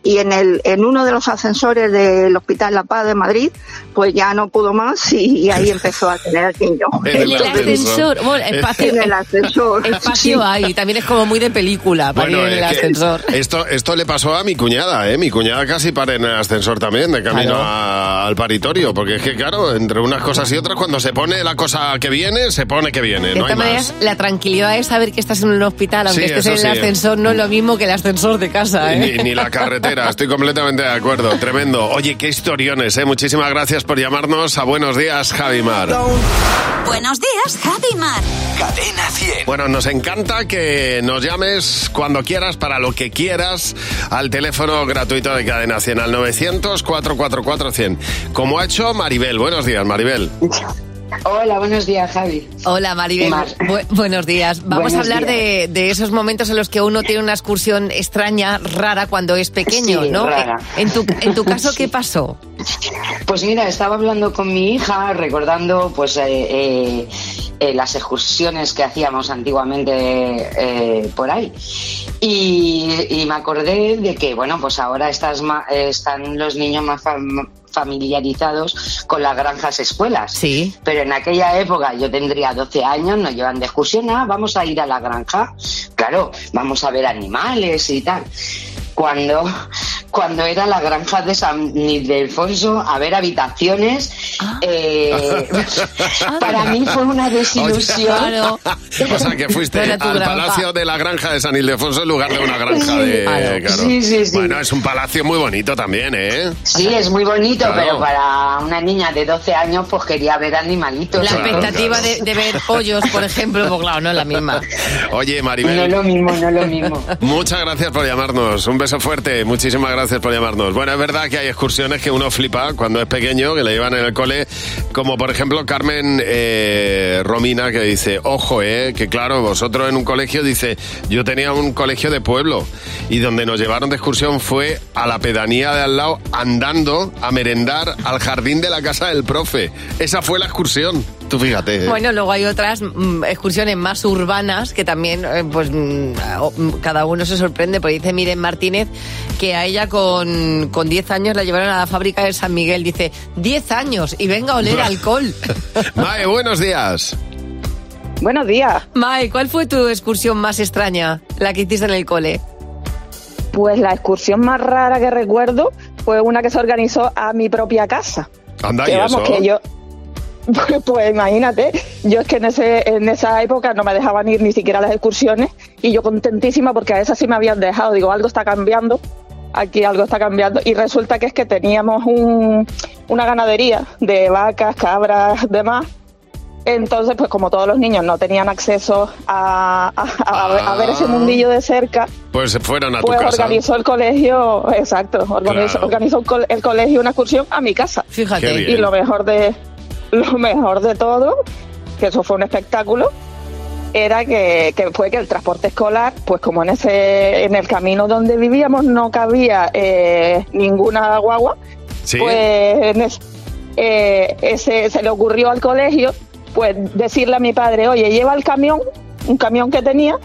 E: y en el en uno de los ascensores del Hospital La Paz de Madrid, pues ya no pudo más y, y ahí empezó a tener aquello.
C: En el
E: Entonces,
C: ascensor.
D: Bueno,
C: Eh,
D: espacio-
E: en el ascensor.
D: Espacio
E: sí.
D: hay, también es como muy de película, parir en el
C: es que
D: ascensor.
C: Esto, esto le pasó a mi cuñada, ¿eh? Mi cuñada casi para en el ascensor también, de camino
D: Claro.
C: a- al paritorio, porque es que, claro, entre unas cosas y otras, cuando se pone la cosa que viene, se pone que viene,
D: de
C: no hay
D: todas maneras,
C: más.
D: la tranquilidad es saber que estás en un hospital, aunque
C: Sí,
D: estés
C: eso
D: en el
C: sí.
D: ascensor, no es lo mismo que el ascensor de casa. ¿eh?
C: Ni, ni la carretera, estoy completamente de acuerdo, tremendo. Oye, qué historiones, ¿eh? Muchísimas gracias por llamarnos a Buenos Días, Javimar.
O: Buenos días, Javi Mar.
B: Cadena 100.
C: Bueno, nos encanta que nos llames cuando quieras, para lo que quieras, al teléfono gratuito de Cadena 100, al 900-444-100. Como ha hecho Maribel. Buenos días, Maribel.
F: Hola, buenos días, Javi.
D: Hola, Maribel.
F: Mar.
D: Bu- buenos días. Vamos
F: Buenos
D: a hablar
F: días.
D: de, de esos momentos en los que uno tiene una excursión extraña, rara, cuando es pequeño,
F: Sí,
D: ¿no?
F: rara.
D: En tu, en tu caso, ¿qué pasó?
F: Pues mira, estaba hablando con mi hija, recordando pues eh, eh, eh, las excursiones que hacíamos antiguamente eh, por ahí. Y, y me acordé de que, bueno, pues ahora estás ma- eh, están los niños más fam- familiarizados con las granjas escuelas.
D: Sí.
F: Pero en aquella época yo tendría 12 años, nos llevan de excursión, ah, vamos a ir a la granja. Claro, vamos a ver animales y tal. cuando, cuando era la granja de San Ildefonso a ver habitaciones.
D: Ah.
F: eh, para mí fue una desilusión.
C: O sea, que fuiste
F: Era
C: al
F: tu granja.
C: Palacio de la Granja de San Ildefonso en lugar de una granja de...
F: Claro.
C: claro.
F: Sí, sí, sí.
C: Bueno, es un palacio muy bonito también, ¿eh?
F: Sí, es muy bonito,
C: Claro.
F: pero para una niña de 12 años, pues quería ver animalitos.
D: La
F: Entonces-
D: expectativa de, de ver pollos, por ejemplo, pues claro, no es la misma.
C: Oye, Maribel.
F: No es lo mismo, no es lo mismo.
C: Muchas gracias por llamarnos. Un beso fuerte. Muchísimas gracias por llamarnos. Bueno, es verdad que hay excursiones que uno flipa cuando es pequeño, que le llevan en el cole, como por ejemplo Carmen eh, Romina, que dice, ojo, eh, que claro, vosotros en un colegio, dice, yo tenía un colegio de pueblo y donde nos llevaron de excursión fue a la pedanía de al lado andando a merendar al jardín de la casa del profe. Esa fue la excursión. Tú fíjate. eh.
D: Bueno, luego hay otras mm, excursiones más urbanas que también, eh, pues, mm, o- mm, cada uno se sorprende. Porque dice Miren Martínez que a ella con, con 10 años la llevaron a la fábrica de San Miguel. Dice, 10 años y venga a oler alcohol.
C: Mae, buenos días.
D: Buenos días. Mae, ¿cuál fue tu excursión más extraña? La que hiciste en el cole.
H: Pues la excursión más rara que recuerdo fue una que se organizó a mi propia casa.
C: Anda,
H: que
C: Ah, ¿y
H: vamos,
C: eso?
H: que yo. Pues, pues imagínate, yo es que en, ese, en esa época no me dejaban ir ni siquiera a las excursiones y yo contentísima porque a esas sí me habían dejado. Digo, algo está cambiando, aquí algo está cambiando. Y resulta que es que teníamos un- una ganadería de vacas, cabras, demás. Entonces, pues como todos los niños no tenían acceso a, a- a- a ver ese
C: Ah.
H: mundillo de cerca,
C: Pues se fueron a tu
H: pues
C: casa.
H: organizó el colegio, exacto, organizó,
C: Claro.
H: organizó el col- el colegio una excursión a mi casa.
C: Qué bien.
H: Y lo mejor de lo mejor de todo, que eso fue un espectáculo, era que, que fue que el transporte escolar, pues como en ese en el camino donde vivíamos no cabía eh, ninguna guagua,
X: Sí.
H: pues en es- eh, ese, se le ocurrió al colegio pues decirle a mi padre, oye, lleva el camión, un camión que tenía,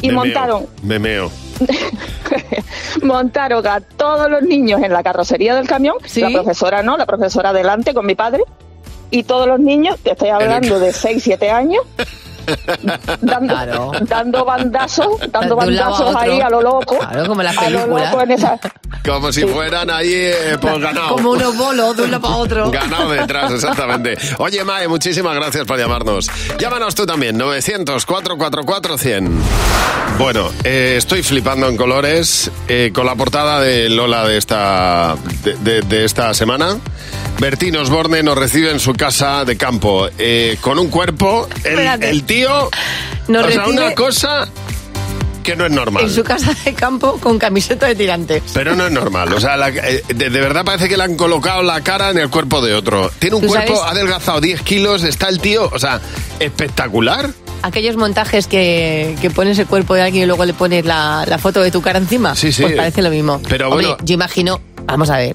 H: y
C: Me
H: montaron
C: meo, Me meo.
H: montaron a todos los niños en la carrocería del camión, la profesora no, la profesora delante con mi padre, y todos los niños, te estoy hablando de 6, 7 años, dando, dando bandazos, dando
D: De un lado a
H: bandazos ahí
D: otro.
H: a lo loco.
D: Claro, como en las
H: a lo
D: películas.
H: loco en esa-
C: Como si fueran ahí eh, por ganado.
D: Como unos bolos de uno para otro.
C: Ganado detrás, exactamente. Oye, Mae, muchísimas gracias por llamarnos. Llámanos tú también, 900-444-100. Bueno, eh, estoy flipando en colores eh, con la portada de Lola de esta, de, de- de esta semana. Bertín Osborne nos recibe en su casa de campo eh, con un cuerpo, el,
D: Espérate.
C: el tío...
D: Nos
C: o sea,
D: recibe-
C: una cosa que no es normal.
D: En su casa de campo con camiseta de tirantes.
C: Pero no es normal, o sea, la- eh, de, de verdad parece que le han colocado la cara en el cuerpo de otro. Tiene un
D: ¿Tú
C: cuerpo,
D: sabes?
C: ha adelgazado 10 kilos, está el tío, o sea, espectacular.
D: Aquellos montajes que, que pones el cuerpo de alguien y luego le pones la, la foto de tu cara encima.
C: Sí, sí.
D: Pues parece lo mismo.
C: Pero
D: Hombre,
C: bueno.
D: yo imagino, vamos a ver,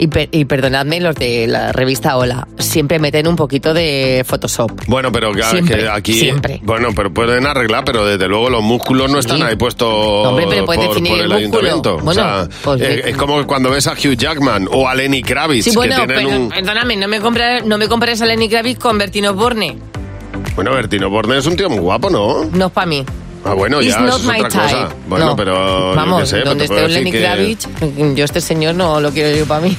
D: Y, per- y perdonadme los de la revista Hola, siempre meten un poquito de Photoshop.
C: Bueno, pero claro,
D: Siempre,
C: que aquí.
D: siempre.
C: Bueno, pero pueden arreglar, pero desde luego los músculos no están ahí puestos
D: Hombre, pero
C: por,
D: puedes definir
C: por
D: el
C: el,
D: músculo.
C: ayuntamiento. O
D: Bueno,
C: sea,
D: pues
C: eh,
D: ve-
C: es como cuando ves a Hugh Jackman o a Lenny Kravitz,
D: Sí, bueno,
C: que tienen
D: pero, eh,
C: un.
D: perdóname, no me, compra- no me compares a Lenny Kravitz con Bertino Borne.
C: Bueno, Bertino Borne es un tío muy guapo, ¿no?
D: No es para mí.
C: Ah, bueno,
D: It's
C: ya, eso
D: not
C: es
D: my
C: otra cosa.
D: type.
C: Bueno,
D: No.
C: pero. yo qué
D: Vamos,
C: sé, pero te
D: donde esté
C: puedo
D: un
C: decir
D: Lenny
C: que-
D: Kravitz, yo este señor no lo quiero yo para mí.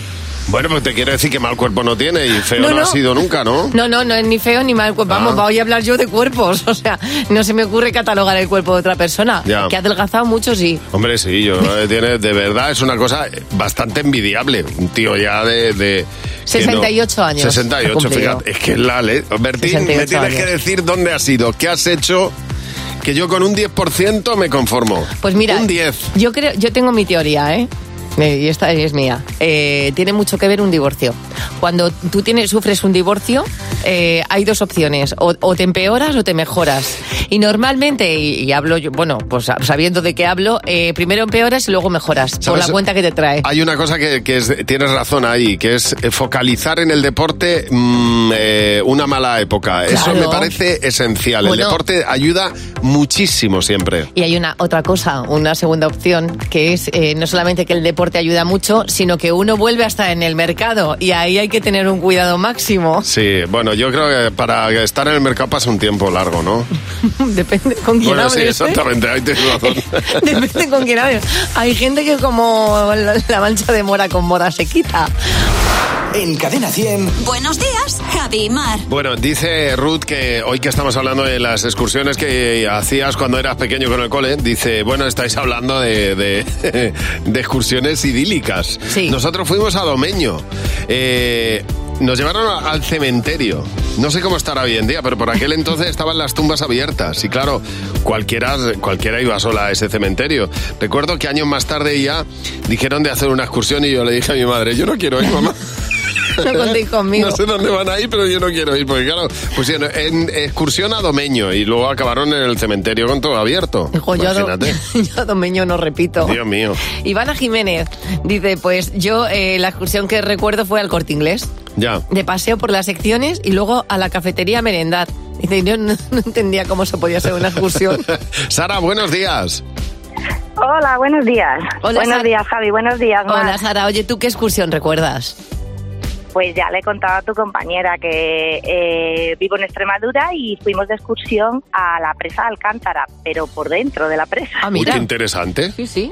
C: Bueno, pues te quiero decir que mal cuerpo no tiene y feo
D: No,
C: no,
D: no.
C: ha sido nunca, ¿no?
D: No, no, no es ni feo ni mal cuerpo. Vamos,
C: Ah.
D: voy a hablar yo de cuerpos. O sea, no se me ocurre catalogar el cuerpo de otra persona.
C: Ya.
D: Que ha adelgazado mucho, sí.
C: Hombre, sí, yo creo que tiene, de verdad es una cosa bastante envidiable. Un tío ya de. de- que no-
D: 68 años
C: 68,
D: ha cumplido.
C: fíjate. Es que es la ley. Bertín,
D: 68
C: me tienes
D: años.
C: que decir dónde has ido, qué has hecho, que yo con un 10% me conformo.
D: Pues mira,
C: Un 10.
D: yo creo, yo tengo mi teoría, ¿eh? Eh, Y esta es mía. Eh, tiene mucho que ver un divorcio. Cuando tú tienes, sufres un divorcio, eh, hay dos opciones. O, o te empeoras o te mejoras. Y normalmente, y, y hablo yo, bueno, pues sabiendo de qué hablo, eh, primero empeoras y luego mejoras. Por
C: ¿Sabes?
D: la cuenta que te trae.
C: Hay una cosa que, que es- tienes razón ahí, que es eh, focalizar en el deporte mm, eh, una mala época. Eso
D: Claro.
C: me parece esencial.
D: Bueno.
C: El deporte ayuda muchísimo siempre.
D: Y hay una otra cosa, una segunda opción, que es eh, no solamente que el deporte ayuda mucho, sino que uno vuelve hasta en el mercado y ahí hay que tener un cuidado máximo.
C: Sí, bueno, yo creo que para estar en el mercado pasa un tiempo largo, ¿no?
D: Depende con quién
C: Bueno, sí,
D: hables. ¿eh?
C: exactamente, ahí tienes razón.
D: Depende con quién hables. Hay gente que como la, la mancha de mora con mora se quita.
B: En Cadena 100.
O: Buenos días, Javi y Mar.
C: Bueno, dice Ruth que hoy que estamos hablando de las excursiones que hacías cuando eras pequeño con el cole, dice, bueno, estáis hablando de, de- de excursiones idílicas. Nosotros fuimos a Domeño. Eh, nos llevaron a- al cementerio. No sé cómo estará hoy en día, pero por aquel entonces estaban las tumbas abiertas. Y claro, cualquiera, cualquiera iba sola a ese cementerio. Recuerdo que años más tarde ya dijeron de hacer una excursión y yo le dije a mi madre, yo no quiero ir, mamá.
D: No contéis conmigo.
C: No sé dónde van a ir, pero yo no quiero ir, porque claro, pusieron en excursión a Domeño y luego acabaron en el cementerio con todo abierto.
D: Dijo, yo, a do-
C: Imagínate.
D: yo a domeño no repito.
C: Dios mío.
D: Ivana Jiménez dice, pues yo eh, la excursión que recuerdo fue al corte inglés.
C: Ya.
D: de paseo por las secciones y luego a la cafetería a merendar. Dice, yo no, no entendía cómo se podía hacer una excursión.
C: Sara, buenos días.
I: Hola, buenos días.
D: Hola,
I: buenos
D: Sara.
I: días, Javi. Buenos días, Mar.
D: Hola, Sara. Oye, ¿tú qué excursión recuerdas?
I: Pues ya le he contado a tu compañera que eh, vivo en Extremadura y fuimos de excursión a la presa de Alcántara, pero por dentro de la presa.
D: Ah,
C: Uy, qué interesante.
D: Sí, sí.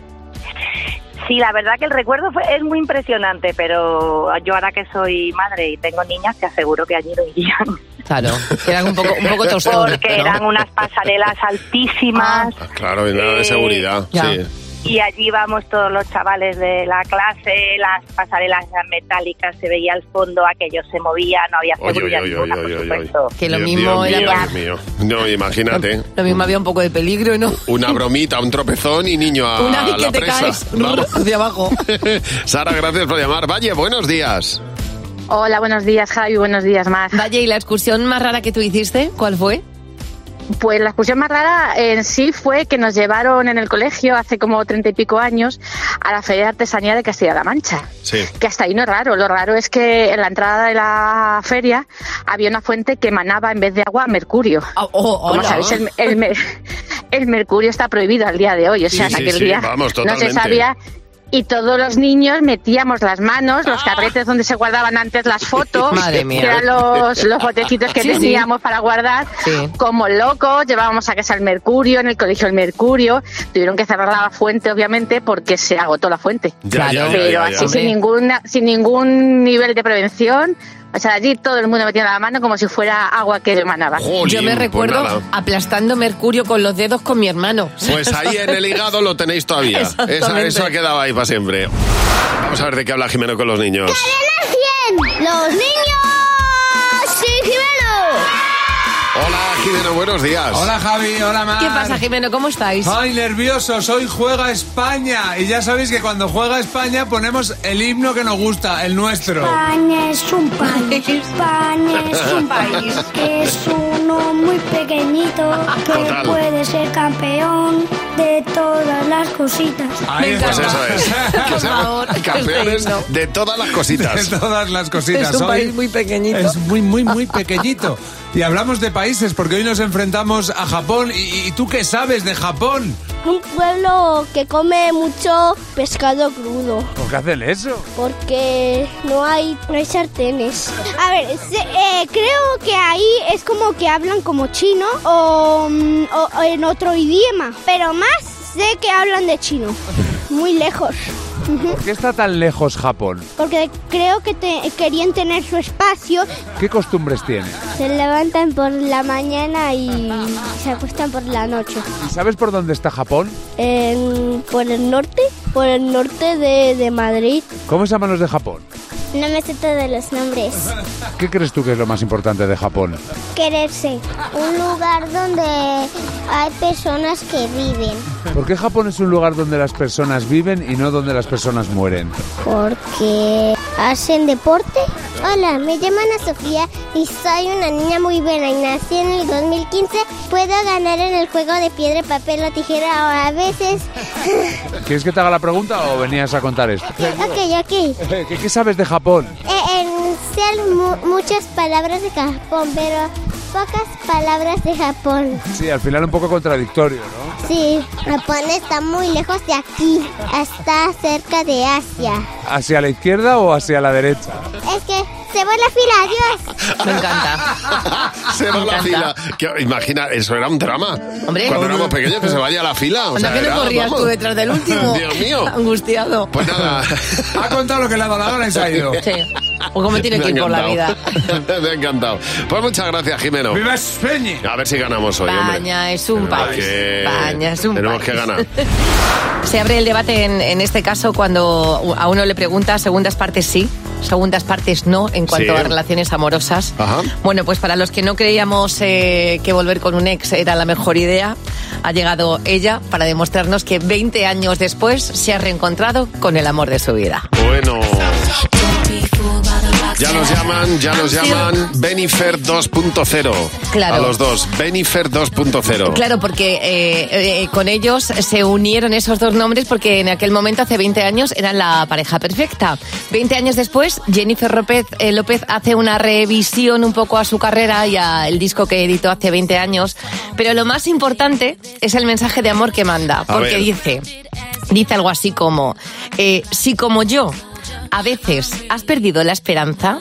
I: Sí, la verdad que el recuerdo fue, es muy impresionante, pero yo ahora que soy madre y tengo niñas, te aseguro que allí no irían.
D: Claro, que eran un poco, un poco tostón.
I: Porque eran unas pasarelas altísimas.
D: Ah.
C: Ah, Claro, y nada de
I: Eh,
C: seguridad.
I: ya.
C: Sí.
I: Y allí vamos todos los chavales de la clase, las pasarelas metálicas, se veía al fondo, aquello se movía, no había
C: Oye,
I: seguridad.
C: oye, oye, oye, oye, oye, oye.
D: Que lo
C: Dios,
D: mismo
C: Dios
D: era
C: mío, Dios mío. No, imagínate.
D: Lo mismo había un poco de peligro, ¿no?
C: Una bromita, un tropezón y niño a
D: Una vez que
C: la
D: te
C: presa.
D: caes,
C: Vamos.
D: de abajo.
C: Sara, gracias por llamar. Valle, buenos días.
I: Hola, buenos días, Javi. Buenos días, Mar.
D: Valle, ¿y la excursión más rara que tú hiciste? ¿Cuál fue?
I: Pues la excursión
U: más rara en sí fue que nos llevaron en el colegio hace como treinta y pico años a la Feria de Artesanía de Castilla-La Mancha.
C: Sí.
U: Que hasta ahí no es raro. Lo raro es que en la entrada de la feria había una fuente que emanaba en vez de agua mercurio.
D: Ah, oh,
U: Como
J: hola.
U: sabéis, el, el mer- el mercurio está prohibido al día de hoy. O sea,
J: Sí,
U: en
J: sí,
U: aquel
J: sí,
U: día
J: vamos,
U: no se
J: totalmente.
U: sabía. Y todos los niños metíamos las manos, los carretes donde se guardaban antes las fotos,
D: Ah. Madre mía.
U: que eran los, los botecitos que
D: Sí, sí.
U: teníamos para guardar,
D: Sí.
U: como locos, llevábamos a casa el mercurio, en el colegio el mercurio, tuvieron que cerrar la fuente obviamente porque se agotó la fuente.
D: Ya, ya, ya,
U: Pero
D: ya,
U: así
D: ya.
U: sin ninguna, sin ningún nivel de prevención, o sea allí todo el mundo metía la mano como si fuera agua que emanaba.
D: Yo me recuerdo aplastando mercurio con los dedos con mi hermano.
C: Pues ahí en el hígado lo tenéis todavía. Esa-
D: Exactamente.
C: eso ha quedado ahí para siempre. Vamos a ver de qué habla Jimeno con los niños.
K: ¡Los niños! ¡Sí, Jimeno!
C: Hola, Jimeno, buenos días.
W: Hola Javi, hola Mar.
D: ¿Qué pasa, Jimeno? ¿Cómo estáis?
W: Ay, nerviosos. Hoy juega España. Y ya sabéis que cuando juega España ponemos el himno que nos gusta, el nuestro.
J: España es un país, España es un país, es uno muy pequeñito que
W: Total.
J: puede ser campeón de todas las cositas.
C: Pues eso es. Que seamos campeones de todas las cositas.
W: De todas las cositas.
J: Es un
W: Hoy
J: país muy pequeñito.
W: Es muy, muy, muy pequeñito. Y hablamos de países porque hoy nos enfrentamos a Japón. ¿Y, y tú qué sabes de Japón?
J: Un pueblo que come mucho pescado crudo.
W: ¿Por qué hacen eso?
J: Porque no hay, no hay sartenes. A ver, se- eh, creo que ahí es como que hablan como chino o, mm, o- o en otro idioma. Pero más sé que hablan de chino. Muy lejos. Ujú.
W: ¿Por qué está tan lejos Japón?
J: Porque creo que te- querían tener su espacio.
W: ¿Qué costumbres tiene?
J: Se levantan por la mañana y se acuestan por la noche.
W: ¿Y sabes por dónde está Japón?
J: En- por el norte, por el norte de, de Madrid.
W: ¿Cómo se llaman los de Japón?
J: No me sé de los nombres.
W: ¿Qué crees tú que es lo más importante de Japón?
J: Quererse. Un lugar donde hay personas que viven.
W: ¿Por qué Japón es un lugar donde las personas viven y no donde las personas mueren?
J: Porque hacen deporte. Hola, me llamo Ana Sofía y soy una niña muy buena y nací en el 2015. Puedo ganar en el juego de piedra, papel o tijera o a veces.
W: ¿Quieres que te haga la pregunta o venías a contar esto?
J: ok, ok.
W: ¿Qué, qué sabes de Japón?
J: Eh, en ser mu- muchas palabras de Japón, pero pocas palabras de Japón.
W: Sí, al final un poco contradictorio, ¿no?
J: Sí, Japón está muy lejos de aquí, está cerca de Asia.
W: ¿Hacia la izquierda o hacia la derecha?
J: Es que se va la fila, adiós.
D: Me encanta.
C: Se va
D: Me
C: la fila.
D: encanta.
C: Que- imagina, eso era un drama.
D: Hombre.
C: Cuando éramos pequeños, que se vaya a la fila. O sea,
D: Anda, que no
C: era,
D: corrías
C: vamos.
D: tú detrás del último.
C: Dios mío.
D: Angustiado.
C: Pues nada.
W: Ha contado lo que le ha dado la gana y se ha ido.
D: Sí. O como tiene
C: Me
D: que
C: ha
D: ir por la vida.
C: encantado. Me ha encantado. Pues muchas gracias, Jimeno.
W: ¡Viva España!
C: A ver si ganamos hoy, hombre.
D: España es un
C: Tenemos
D: país.
C: que-
D: España es un
C: Tenemos que
D: país.
C: ganar.
D: Se abre el debate en, en este caso cuando a uno le pregunta segundas partes sí, segundas partes no en cuanto
K: Sí.
D: a relaciones amorosas. Bueno, pues para los que no creíamos eh, que volver con un ex era la mejor idea, ha llegado ella para demostrarnos que 20 años después se ha reencontrado con el amor de su vida.
C: Bueno. Ya nos llaman, ya nos llaman. Benifer 2.0.
D: Claro.
C: A los dos. Benifer 2.0.
D: Claro, porque eh, eh, con ellos se unieron esos dos nombres porque en aquel momento, hace 20 años, eran la pareja perfecta. 20 años después, Jennifer López, eh, López hace una revisión un poco a su carrera y al disco que editó hace 20 años. Pero lo más importante es el mensaje de amor que manda, porque
K: ver.
D: dice, dice algo así como, eh, si como yo a veces has perdido la esperanza,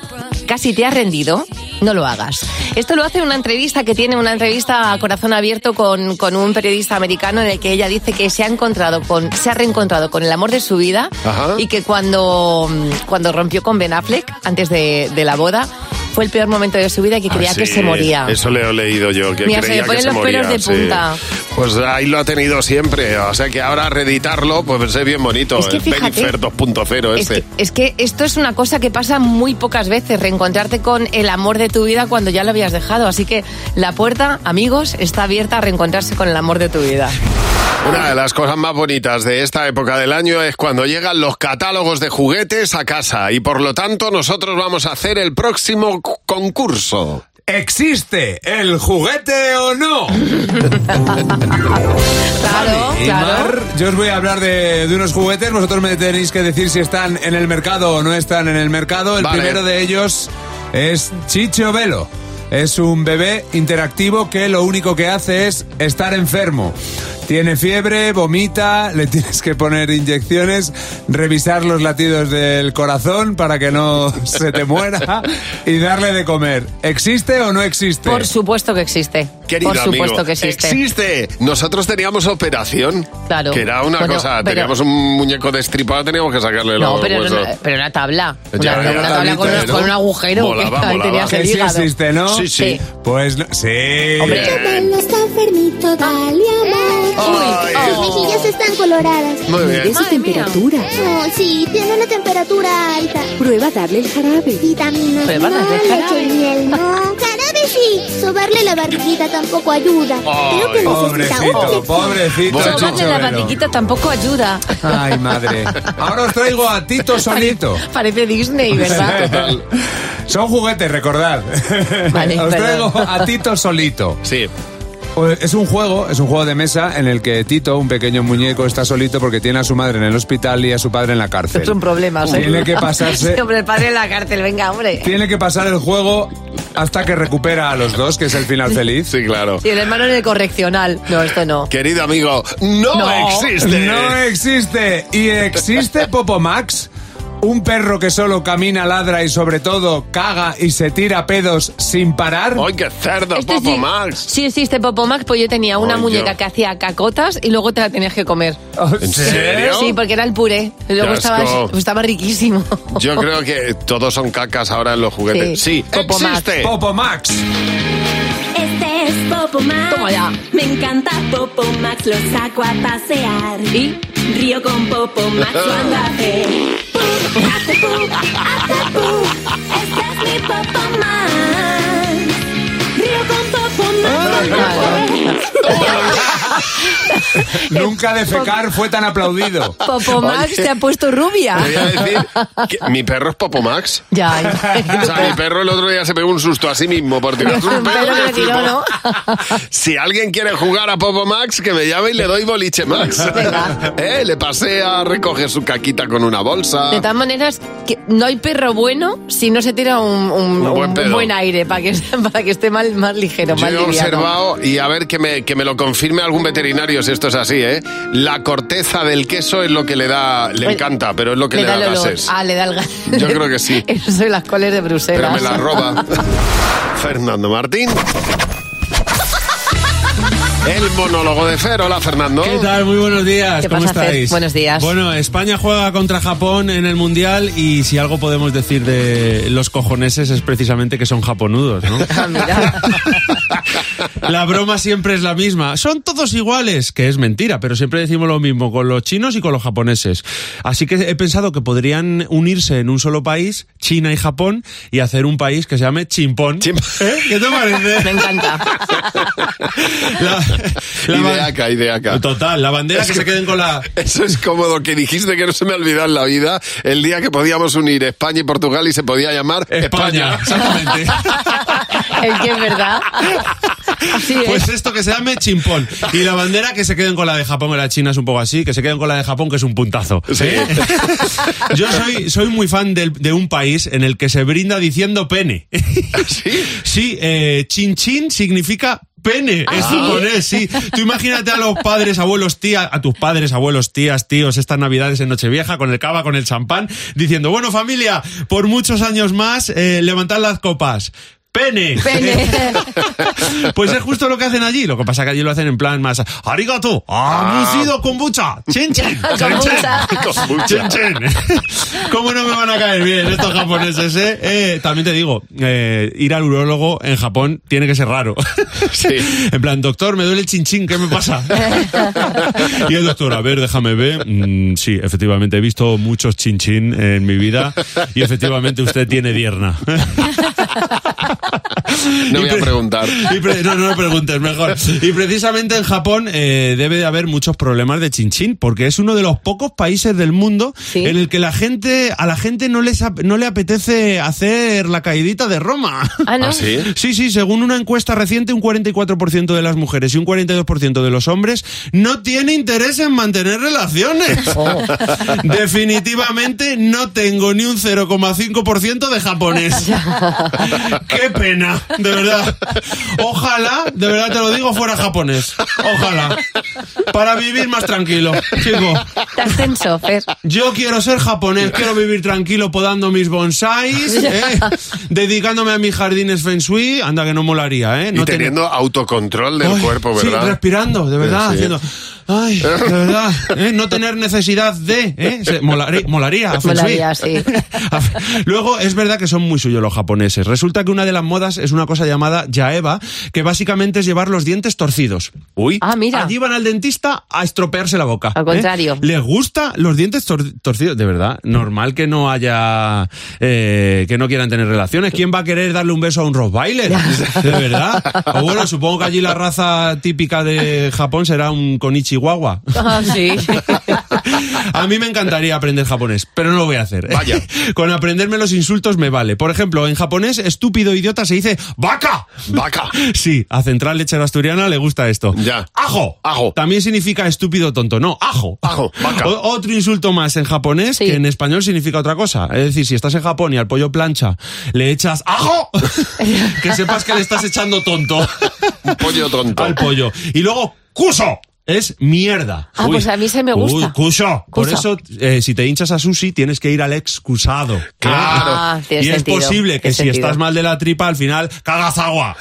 D: casi te has rendido, no lo hagas. Esto lo hace en una entrevista que tiene, una entrevista a corazón abierto con, con un periodista americano en el que ella dice que se ha encontrado con, se ha reencontrado con el amor de su vida
C: Ajá.
D: y que cuando, cuando rompió con Ben Affleck, antes de, de la boda, fue el peor momento de su vida y que creía
C: Ah,
D: que
C: sí,
D: se moría.
C: Eso le he leído yo, que
D: Mira, se
C: creía
D: le ponen
C: que se
D: los pelos
C: moría,
D: de
C: sí.
D: punta.
C: Pues ahí lo ha tenido siempre, o sea que ahora reeditarlo pues es bien bonito,
D: Es que
C: el
D: fíjate,
C: Benifer 2.0
D: Es
C: este.
D: que, es que esto es una cosa que pasa muy pocas veces, reencontrarte con el amor de tu vida cuando ya lo habías dejado. Así que la puerta, amigos, está abierta a reencontrarse con el amor de tu vida.
C: Una de las cosas más bonitas de esta época del año es cuando llegan los catálogos de juguetes a casa y por lo tanto nosotros vamos a hacer el próximo c- concurso.
W: ¿Existe el juguete o no?
D: Claro,
W: Y ¿eh? Mar, yo os voy a hablar de, de unos juguetes. Vosotros me tenéis que decir si están en el mercado o no están en el mercado. El
C: Vale.
W: primero de ellos es Chicho Velo. Es un bebé interactivo que lo único que hace es estar enfermo. Tiene fiebre, vomita, le tienes que poner inyecciones, revisar los latidos del corazón para que no se te muera y darle de comer. ¿Existe o no existe?
D: Por supuesto que existe.
C: Querido
D: Por supuesto
C: amigo,
D: que existe.
C: existe. Nosotros teníamos operación,
D: Claro.
C: que era una
D: Bueno,
C: cosa,
D: pero-
C: teníamos un muñeco destripado, teníamos que sacarle
D: No,
C: los
D: pero era,
C: huesos.
D: una, pero era tabla. Una,
C: Ya,
D: una
C: era
D: tabla con,
C: tablita,
D: un-
C: ¿no?
D: con un agujero
C: Volaba,
D: que
C: volaba.
D: tenías
W: Que
D: el
W: sí
D: hígado.
W: existe, ¿no?
D: Sí, Eh, sí.
W: Pues no- sí.
J: Chabelo está enfermito, dale amor.
W: Ay.
J: Sus
D: oh.
J: mejillas están coloradas.
W: Muy bien.
J: Mide su temperatura. No, sí, tiene una temperatura alta. Prueba darle el jarabe. Vitaminas.
D: Prueba
J: no,
D: darle el
J: leche y miel, no. Jarabe sí. sobarle la barriguita tampoco ayuda.
D: Oh.
J: Creo que necesita un
W: Pobrecito, pobrecito.
S: Sobarle
W: Chucho
S: la
W: Velo.
S: barriguita tampoco ayuda.
W: Ay, madre. Ahora os traigo a Tito Solito.
S: Parece Disney, ¿verdad?
W: Son juguetes, recordad.
S: Vale,
W: os traigo
S: perdón.
W: a Tito Solito. Pues,
C: Sí.
W: Es un juego, es un juego de mesa en el que Tito, un pequeño muñeco, está solito porque tiene a su madre en el hospital y a su padre en la cárcel.
D: Es un problema. o sea.
W: Tiene que pasarse,
D: Sí, hombre, el padre en la cárcel, venga, hombre.
W: tiene que pasar el juego hasta que recupera a los dos, que es el final feliz.
C: Sí, claro.
D: Y el hermano en el correccional. No, esto no.
C: Querido amigo, no, existe.
W: No existe. Y existe Popo Max, un perro que solo camina, ladra y sobre todo caga y se tira pedos sin parar.
C: ¡Ay, qué cerdo,
D: Esto Este sí- Sí existe Popo Max, pues yo tenía una
W: Ay,
D: muñeca
W: yo.
D: que hacía cacotas y luego te la tenías que comer.
C: ¿En serio?
D: Sí, porque era el puré. Y
C: Qué
D: Luego
C: asco.
D: estaba, pues estaba riquísimo.
C: Yo creo que todos son cacas ahora en los juguetes.
D: Sí.
C: Sí,
D: Popo Max.
C: existe.
W: Popo Max.
G: Este es Popo Max. Me encanta Popo Max, lo saco a pasear. ¿Y? Río con Popo Max cuando hace. pu, hace pu, hace pu. Este es mi Popo Max. Río con Popo Max. cuando hace.
W: Nunca defecar fue tan aplaudido.
D: Popo Max
C: Oye.
D: te ha puesto rubia.
C: Te voy a decir que mi perro es Popo Max.
D: Ya,
C: O sea, mi perro el otro día se pegó un susto a sí mismo por tirarse un pedo. que flipó. Si alguien quiere jugar a Popo Max, que me llame y le doy boliche Max. Eh, Le pasea, recoge su caquita con una bolsa.
D: De todas maneras, que no hay perro bueno si no se tira un, un-
C: Un buen
D: un
C: pedo.
D: buen aire para que, para que esté mal- más ligero,
C: Yo
D: más
C: he
D: liviano.
C: observado, y a ver que me, que me lo confirme algún veterinario si esto es así, ¿eh? La corteza del queso es lo que le da, le
D: Le-
C: encanta, pero es lo que le,
D: el
C: da
D: olor.
C: gases.
D: Ah, le da el gas.
C: Yo creo que sí,
D: Eso soy las coles de Bruselas.
C: pero me la roba. Fernando Martín. El monólogo de Fer. Hola, Fernando.
K: ¿Qué tal? Muy buenos días.
D: ¿Qué
K: ¿Cómo
D: pasa, Fer?
K: estáis?
D: Buenos días.
K: Bueno, España juega contra Japón en el Mundial y si algo podemos decir de los cojoneses es precisamente que son japonudos, ¿no?
D: Ah,
K: La broma siempre es la misma. Son todos iguales, que es mentira, pero siempre decimos lo mismo con los chinos y con los japoneses. Así que he pensado que podrían unirse en un solo país, China y Japón, y hacer un país que se llame Chimpón. ¿Eh? ¿Qué te parece?
D: Me encanta.
C: Ideaca, ideaca.
K: Total, la bandera que se queden con la...
C: Eso es cómodo, que dijiste que no se me ha olvidado en la vida el día que podíamos unir España y Portugal y se podía llamar España.
D: Es que es verdad. Así es.
K: Pues esto que se llame chimpón. Y la bandera que se queden con la de Japón o la China es un poco así, que se queden con la de Japón que es un puntazo. ¿Eh? Yo soy, soy muy fan del- de, un país en el que se brinda diciendo pene.
C: ¿Sí?
K: Sí, eh, chin chin significa pene.
L: Ah,
K: es
L: ¿sí?
K: japonés, sí. Tú imagínate a los padres, abuelos, tías, a tus padres, abuelos, tías, tíos, estas navidades en Nochevieja, con el cava, con el champán, diciendo, bueno familia, por muchos años más, eh, levantad las copas. Pene. Pues es justo lo que hacen allí. Lo que pasa es que allí lo hacen en plan más. ¡Arigato! ¡Ah,
L: Ah.
K: bucido con bucha! ¡Chin, chin! ¡Chin,
L: Kombucha.
K: chin!
L: Kombucha.
K: ¡Chin, chin! ¿Cómo no me van a caer bien estos japoneses, eh? Eh, también te digo, eh, ir al urólogo en Japón tiene que ser raro. En plan, doctor, me duele el chin chin, ¿qué me pasa? Y el doctor, a ver, déjame ver. Mm, sí, efectivamente, he visto muchos chin chin en mi vida y efectivamente usted tiene dierna.
C: No voy a preguntar.
K: Y pre- no, no lo preguntes, mejor. Y precisamente en Japón eh, debe de haber muchos problemas de chinchín, porque es uno de los pocos países del mundo en el que la gente, a la gente no, les ap- no le apetece hacer la caidita de Roma.
D: ¿Ah, no? ¿Ah,
K: sí?
D: sí?
K: Sí, según una encuesta reciente, un 44% de las mujeres y un 42% de los hombres no tiene interés en mantener relaciones.
L: Oh.
K: Definitivamente no tengo ni un 0,5% de japonés. Qué pena, de verdad. Ojalá, de verdad te lo digo, fuera japonés. Ojalá. Para vivir más tranquilo, chico.
D: Estás tenso, Fer.
K: Yo quiero ser japonés, quiero vivir tranquilo podando mis bonsais, ¿eh? dedicándome a mis jardines feng shui, anda que no molaría, ¿eh? No
C: y teniendo autocontrol del
K: Ay,
C: cuerpo,
K: sí,
C: ¿verdad?
K: respirando, de verdad,
C: Sí.
K: haciendo. Ay, de verdad, ¿eh? no tener necesidad de. ¿eh? Se- molari- molaría. feng shui.
D: Molaría, sí.
K: Luego, es verdad que son muy suyos los japoneses. Resulta que una de las modas es una cosa llamada Yaeva, que básicamente es llevar los dientes torcidos. Uy.
D: Ah, mira.
K: Allí van al dentista a estropearse la boca.
D: Al
K: ¿eh?
D: contrario.
K: Les gusta los dientes tor- torcidos. De verdad, normal que no haya. eh, que no quieran tener relaciones. ¿Quién va a querer darle un beso a un Rottweiler? De verdad. O bueno, supongo que allí la raza típica de Japón será un Konichihuahua.
D: Ah, sí.
K: A mí me encantaría aprender japonés, pero no lo voy a hacer. Vaya. Con aprenderme los insultos me vale. Por ejemplo, en japonés, estúpido idiota se dice vaca.
C: Vaca.
K: Sí, a Central Lechera Asturiana le gusta esto.
C: Ya.
K: Ajo. Ajo. También significa estúpido tonto. No, ajo. Ajo.
C: vaca.
K: otro insulto más en japonés que en español significa otra cosa. Es decir, si estás en Japón y al pollo plancha le echas ajo, que sepas que le estás echando tonto.
C: pollo tonto.
K: Al pollo. Y luego, cuso. Es mierda.
D: Ah, pues a mí se me gusta.
K: Uy, cuso. Por
D: Cuso.
K: eso, eh, si te hinchas a sushi, tienes que ir al excusado.
D: Claro. Ah,
K: y
D: tiene
K: es
D: sentido,
K: posible que
D: tiene
K: si
D: sentido.
K: estás mal de la tripa, al final cagas agua.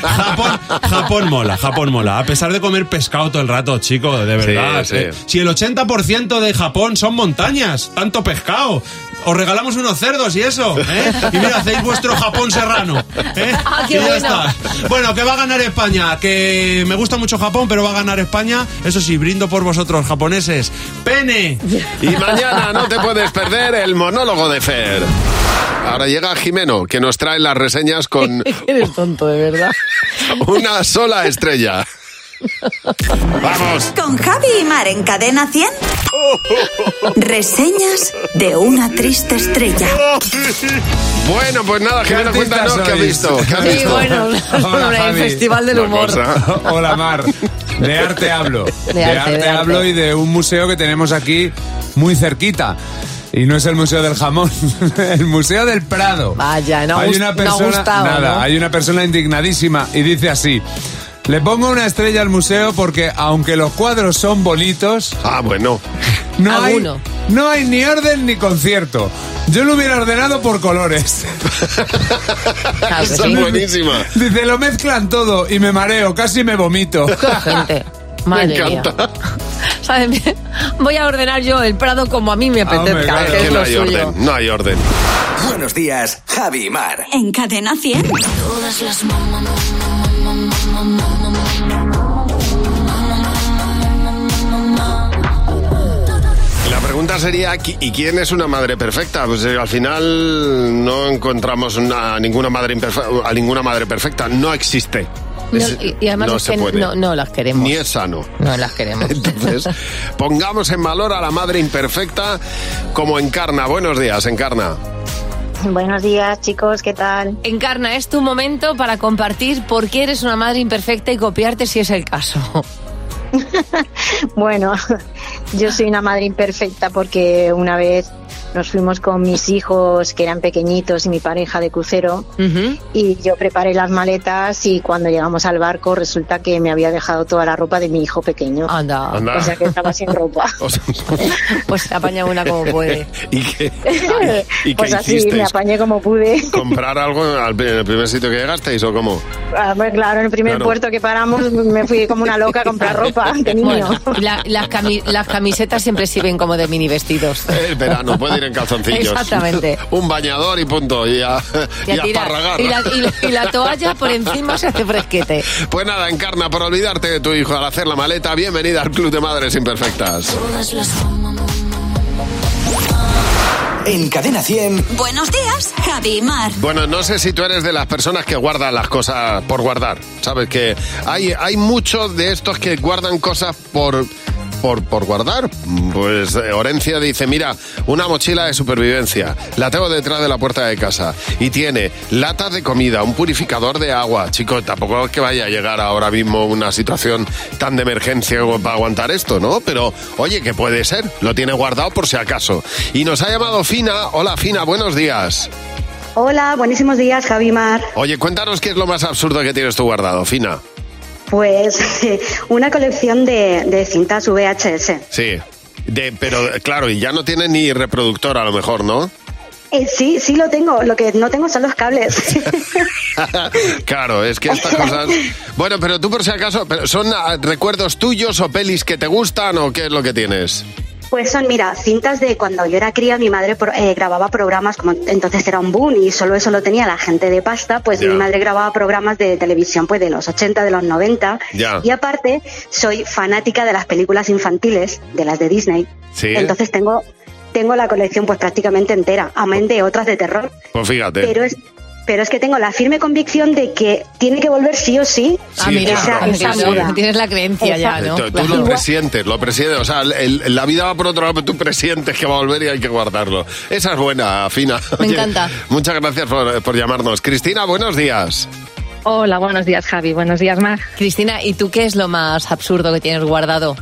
K: Japón, Japón mola, Japón mola. A pesar de comer pescado todo el rato, chico, de verdad.
C: Sí,
K: eh.
C: sí.
K: Si el 80% de Japón son montañas, tanto pescado. Os regalamos unos cerdos y eso. ¿eh? Y mira, hacéis vuestro Japón serrano. ¿eh?
D: Ah, qué
K: Y ya
D: bueno.
K: está. Bueno, que va a ganar España. Que me gusta mucho Japón, pero va a ganar España. Eso sí, brindo por vosotros, japoneses. ¡Pene!
C: Y mañana no te puedes perder el monólogo de Fer. Ahora llega Jimeno, que nos trae las reseñas con
D: Eres tonto, de verdad.
C: una sola estrella. ¡Vamos!
O: Con Javi y Mar en Cadena 100. Reseñas de una triste estrella.
C: Bueno, pues nada, Jimeno,
O: artistas
C: cuéntanos qué has
O: sois?
C: visto. ¿Qué has
O: Sí,
C: visto?
O: bueno,
D: el
W: Javi.
D: Festival del
W: Una
D: Humor.
W: cosa. Hola, Mar. De arte hablo.
D: De
W: De,
D: arte,
W: arte,
D: de arte.
W: hablo y de un museo que tenemos aquí muy cerquita. Y no es el Museo del Jamón, el Museo del Prado.
D: Vaya, no, ha gust- no ha gustado.
W: nada,
D: ¿no?
W: hay una persona indignadísima y dice así. Le pongo una estrella al museo porque aunque los cuadros son bonitos,
C: ah bueno,
W: no hay,
D: Alguno.
W: no hay ni orden ni concierto. Yo lo hubiera ordenado por colores.
D: Claro que
W: Son
D: sí.
W: buenísimas. Dice, lo mezclan todo y me mareo, casi me vomito.
D: gente. Madre mía. ¿Sabes? Me- Voy a ordenar yo el Prado como a mí me
C: Ah, Hombre,
D: apetezca,
C: claro
D: que
C: que
D: es
C: no
D: lo
C: hay
D: suyo.
C: orden, no hay orden.
B: Buenos días, Javi y Mar.
O: En Cadena 100. Todas las
C: La pregunta sería, ¿qui- ¿y quién es una madre perfecta? Pues eh, al final no encontramos una- ninguna madre imperfe- a ninguna madre perfecta. No existe.
D: No,
C: Es-
D: y, y además
C: no
D: es
C: se
D: que
C: puede.
D: no, no las queremos.
C: Ni es sano.
D: No las queremos.
C: Entonces, pongamos en valor a la madre imperfecta como encarna. Buenos días, encarna.
L: Buenos días, chicos, ¿qué tal?
D: Encarna, es tu momento para compartir por qué eres una madre imperfecta y copiarte si es el caso.
L: Bueno, yo soy una madre imperfecta porque una vez nos fuimos con mis hijos que eran pequeñitos y mi pareja de crucero y yo preparé las maletas y cuando llegamos al barco resulta que me había dejado toda la ropa de mi hijo pequeño.
D: Anda.
C: Anda.
L: O sea que estaba sin ropa.
D: Pues apaña una como puede.
C: ¿Y qué, ¿y
L: pues
C: qué
L: así me
C: hicisteis?
L: apañé como pude.
C: ¿Comprar algo al pri- en el primer sitio que llegasteis o cómo?
L: Ah, pues claro, en el primer
C: Claro.
L: puerto que paramos me fui como una loca a comprar ropa de niño.
D: Bueno, y la- las, cami- las camisetas siempre sirven como de mini vestidos.
C: El verano, puede ir en calzoncillos.
D: Exactamente.
C: Un bañador y punto. Y a, y a
D: tirar.
C: parragar.
D: Y la, y la- y la toalla por encima se hace fresquete.
C: Pues nada, encarna, por olvidarte de tu hijo al hacer la maleta, bienvenida al Club de Madres Imperfectas.
B: En Cadena 100.
O: Buenos días, Javi y Mar.
C: Bueno, no sé si tú eres de las personas que guardan las cosas por guardar. Sabes que hay, hay muchos de estos que guardan cosas por... Por, por guardar, pues eh, Orencia dice, mira, una mochila de supervivencia, la tengo detrás de la puerta de casa y tiene latas de comida, un purificador de agua. Chicos, tampoco es que vaya a llegar ahora mismo una situación tan de emergencia como para aguantar esto, ¿no? Pero oye, que puede ser, lo tiene guardado por si acaso. Y nos ha llamado Fina, hola Fina, buenos días.
M: Hola, buenísimos días, Javi Mar.
C: Oye, cuéntanos qué es lo más absurdo que tienes tú guardado, Fina.
M: Pues una colección de, de cintas VHS.
C: Sí. De, pero claro, y ya no tiene ni reproductor a lo mejor, ¿no?
M: Eh, sí, sí lo tengo. Lo que no tengo son los cables.
C: claro, es que estas cosas... Bueno, pero tú por si acaso, pero ¿son ah, recuerdos tuyos o pelis que te gustan o qué es lo que tienes?
M: Pues son, mira, cintas de cuando yo era cría, mi madre pro- eh, grababa programas, como entonces era un boom y solo eso lo tenía la gente de pasta, pues
C: Ya.
M: mi madre grababa programas de televisión pues de los 80, de los 90.
C: Ya.
M: Y aparte, soy fanática de las películas infantiles, de las de Disney.
C: Sí.
M: Entonces tengo, tengo la colección pues prácticamente entera, amén de otras de terror.
C: Pues fíjate.
M: Pero es, pero es que tengo la firme convicción de que tiene que volver sí o sí.
D: Ah, mira,
M: esa- esa
D: claro,
M: moda.
D: tienes la creencia ya,
C: Tú-
D: ¿no?
C: Tú,
D: Claro.
C: lo presientes, lo presientes. O sea, el- el- la vida va por otro lado, pero tú presientes que va a volver y hay que guardarlo. Esa es buena, Fina.
N: Me
C: Oye,
N: encanta.
C: Muchas gracias por, por llamarnos. Cristina, buenos días.
N: Hola, buenos días Javi, buenos días Mar.
D: Cristina, ¿y tú qué es lo más absurdo que tienes guardado?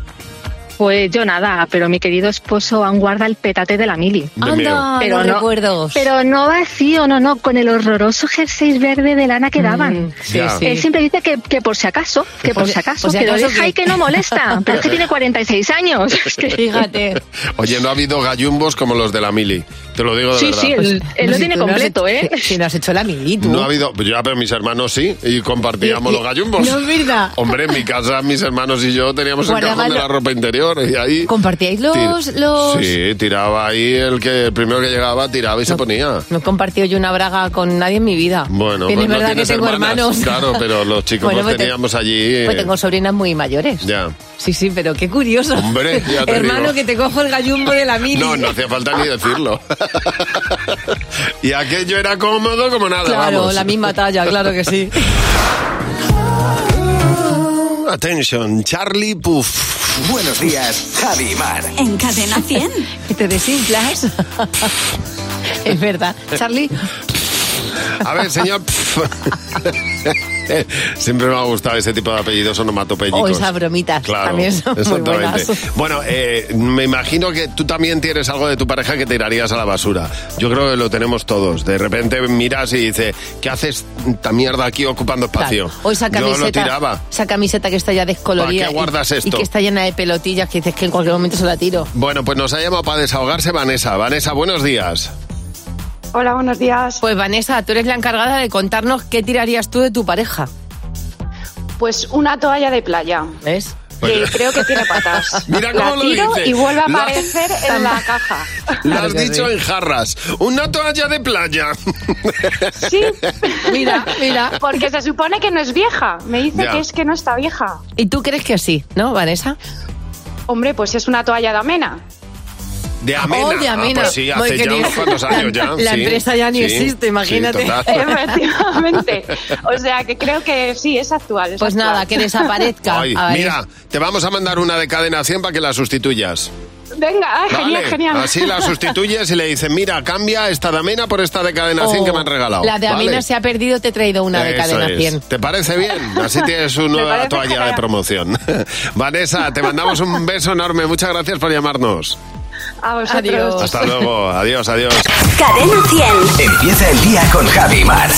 N: Pues yo nada, pero mi querido esposo aún guarda el petate de la mili.
D: Anda, miedo. los recuerdos.
N: Pero no vacío, no, no, con el horroroso jersey verde de lana que daban.
D: Mm, sí, Ya. sí.
N: Él siempre dice que, que por si acaso, que por, si acaso,
D: por si
N: que lo
D: acaso
N: deja
D: que-
N: y que no molesta. Pero es que tiene 46 años. Es que fíjate.
C: Oye, no ha habido gallumbos como los de la Mili. Te lo digo de verdad.
D: Pues,
N: él lo tiene
D: tú no has
N: completo,
D: hecho-
N: ¿eh?
D: Si, si no has hecho la militud.
C: No ha habido, pues ya, pero mis hermanos sí, y compartíamos
D: Y- y-
C: los gallumbos.
D: No es verdad.
C: Hombre, en mi casa mis hermanos y yo teníamos el
D: Guardaban
C: cajón de
D: lo-
C: la ropa interior y ahí...
D: ¿Compartíais los...?
C: Tira-
D: los...
C: Sí, tiraba ahí el que el primero que llegaba tiraba y se ponía.
D: No he compartido yo una braga con nadie en mi vida.
C: Bueno,
D: Que ni
C: pues no
D: verdad
C: tienes
D: que tengo
C: hermanas,
D: hermanos.
C: Claro, pero los chicos
D: Bueno,
C: los
D: pues te-
C: teníamos allí. eh,
D: Pues tengo sobrinas muy mayores.
C: Ya.
D: Sí, sí, pero qué curioso.
C: Hombre, ya te
D: Hermano,
C: digo.
D: que te cojo el gallumbo de la mili.
C: No, no hacía falta ni decirlo. y aquello era cómodo como nada,
D: Claro,
C: vamos.
D: la misma talla, claro que sí.
C: Attention, Charlie Puff.
B: Buenos días, Javi Mar.
D: En cadena 100. te desinflas. es verdad. Charlie,
C: A ver, señor. Puff. Siempre me ha gustado ese tipo de apellidos onomatopéyicos.
D: o esas bromitas
C: Claro,
D: también son muy
C: exactamente.
D: buenas.
C: Bueno, eh, me imagino que tú también tienes algo de tu pareja que tirarías a la basura. Yo creo que lo tenemos todos. De repente miras y dices, ¿qué haces esta mierda aquí ocupando espacio?
D: Claro. O esa
C: Yo
D: camiseta,
C: lo tiraba.
D: esa camiseta que está ya descolorida
C: ¿Para qué guardas
D: y,
C: esto?
D: y que está llena de pelotillas que dices que en cualquier momento se la tiro.
C: Bueno, pues nos ha llamado para desahogarse Vanessa. Vanessa, buenos días.
D: Hola, buenos días. Pues Vanessa, tú eres la encargada de contarnos qué tirarías tú de tu pareja.
P: Pues una toalla de playa.
D: ¿Ves?
P: Que creo que tiene patas.
C: Mira
P: la
C: cómo lo
P: tiro
C: dice.
P: y vuelve a
C: Lo-
P: aparecer en la caja.
C: Lo has dicho en jarras. Una toalla de playa.
P: Sí.
D: Mira, mira.
P: Porque se supone que no es vieja. Me dice
C: Ya.
P: que es que no está vieja.
D: ¿Y tú crees que sí, no, Vanessa?
P: Hombre, pues es una toalla de amena.
C: De Amena.
P: Oh, de Amena.
C: Ah, pues sí,
P: Muy
C: hace ya
P: querido.
C: unos cuantos años ya.
P: La- la
C: sí.
P: empresa ya ni
C: Sí,
P: existe,
C: sí,
P: imagínate.
C: total.
P: Efectivamente. O sea, que creo que sí, es actual. es
D: Pues
P: actual.
D: nada, que desaparezca.
C: Ay,
D: A ver.
C: mira, te vamos a mandar una de cadena 100 para que la sustituyas.
P: Venga, ah, genial,
C: Vale,
P: genial.
C: Así la sustituyes y le dicen, mira, cambia esta de Amena por esta de cadena
P: Oh,
C: 100
D: O
C: que me han regalado.
D: Oh, La de
C: Vale.
D: Amina se ha perdido, te he traído una de
C: Eso
D: cadena
C: es.
D: 100.
C: ¿Te parece bien? Así tienes
D: Me
C: una nueva
D: parece
C: toalla de
D: genial.
C: promoción. Vanessa, te mandamos un beso enorme. Muchas gracias por llamarnos.
P: A
D: Adiós.
C: Hasta luego. Adiós, adiós.
B: Cadena 100. Empieza el día con Javi Mar.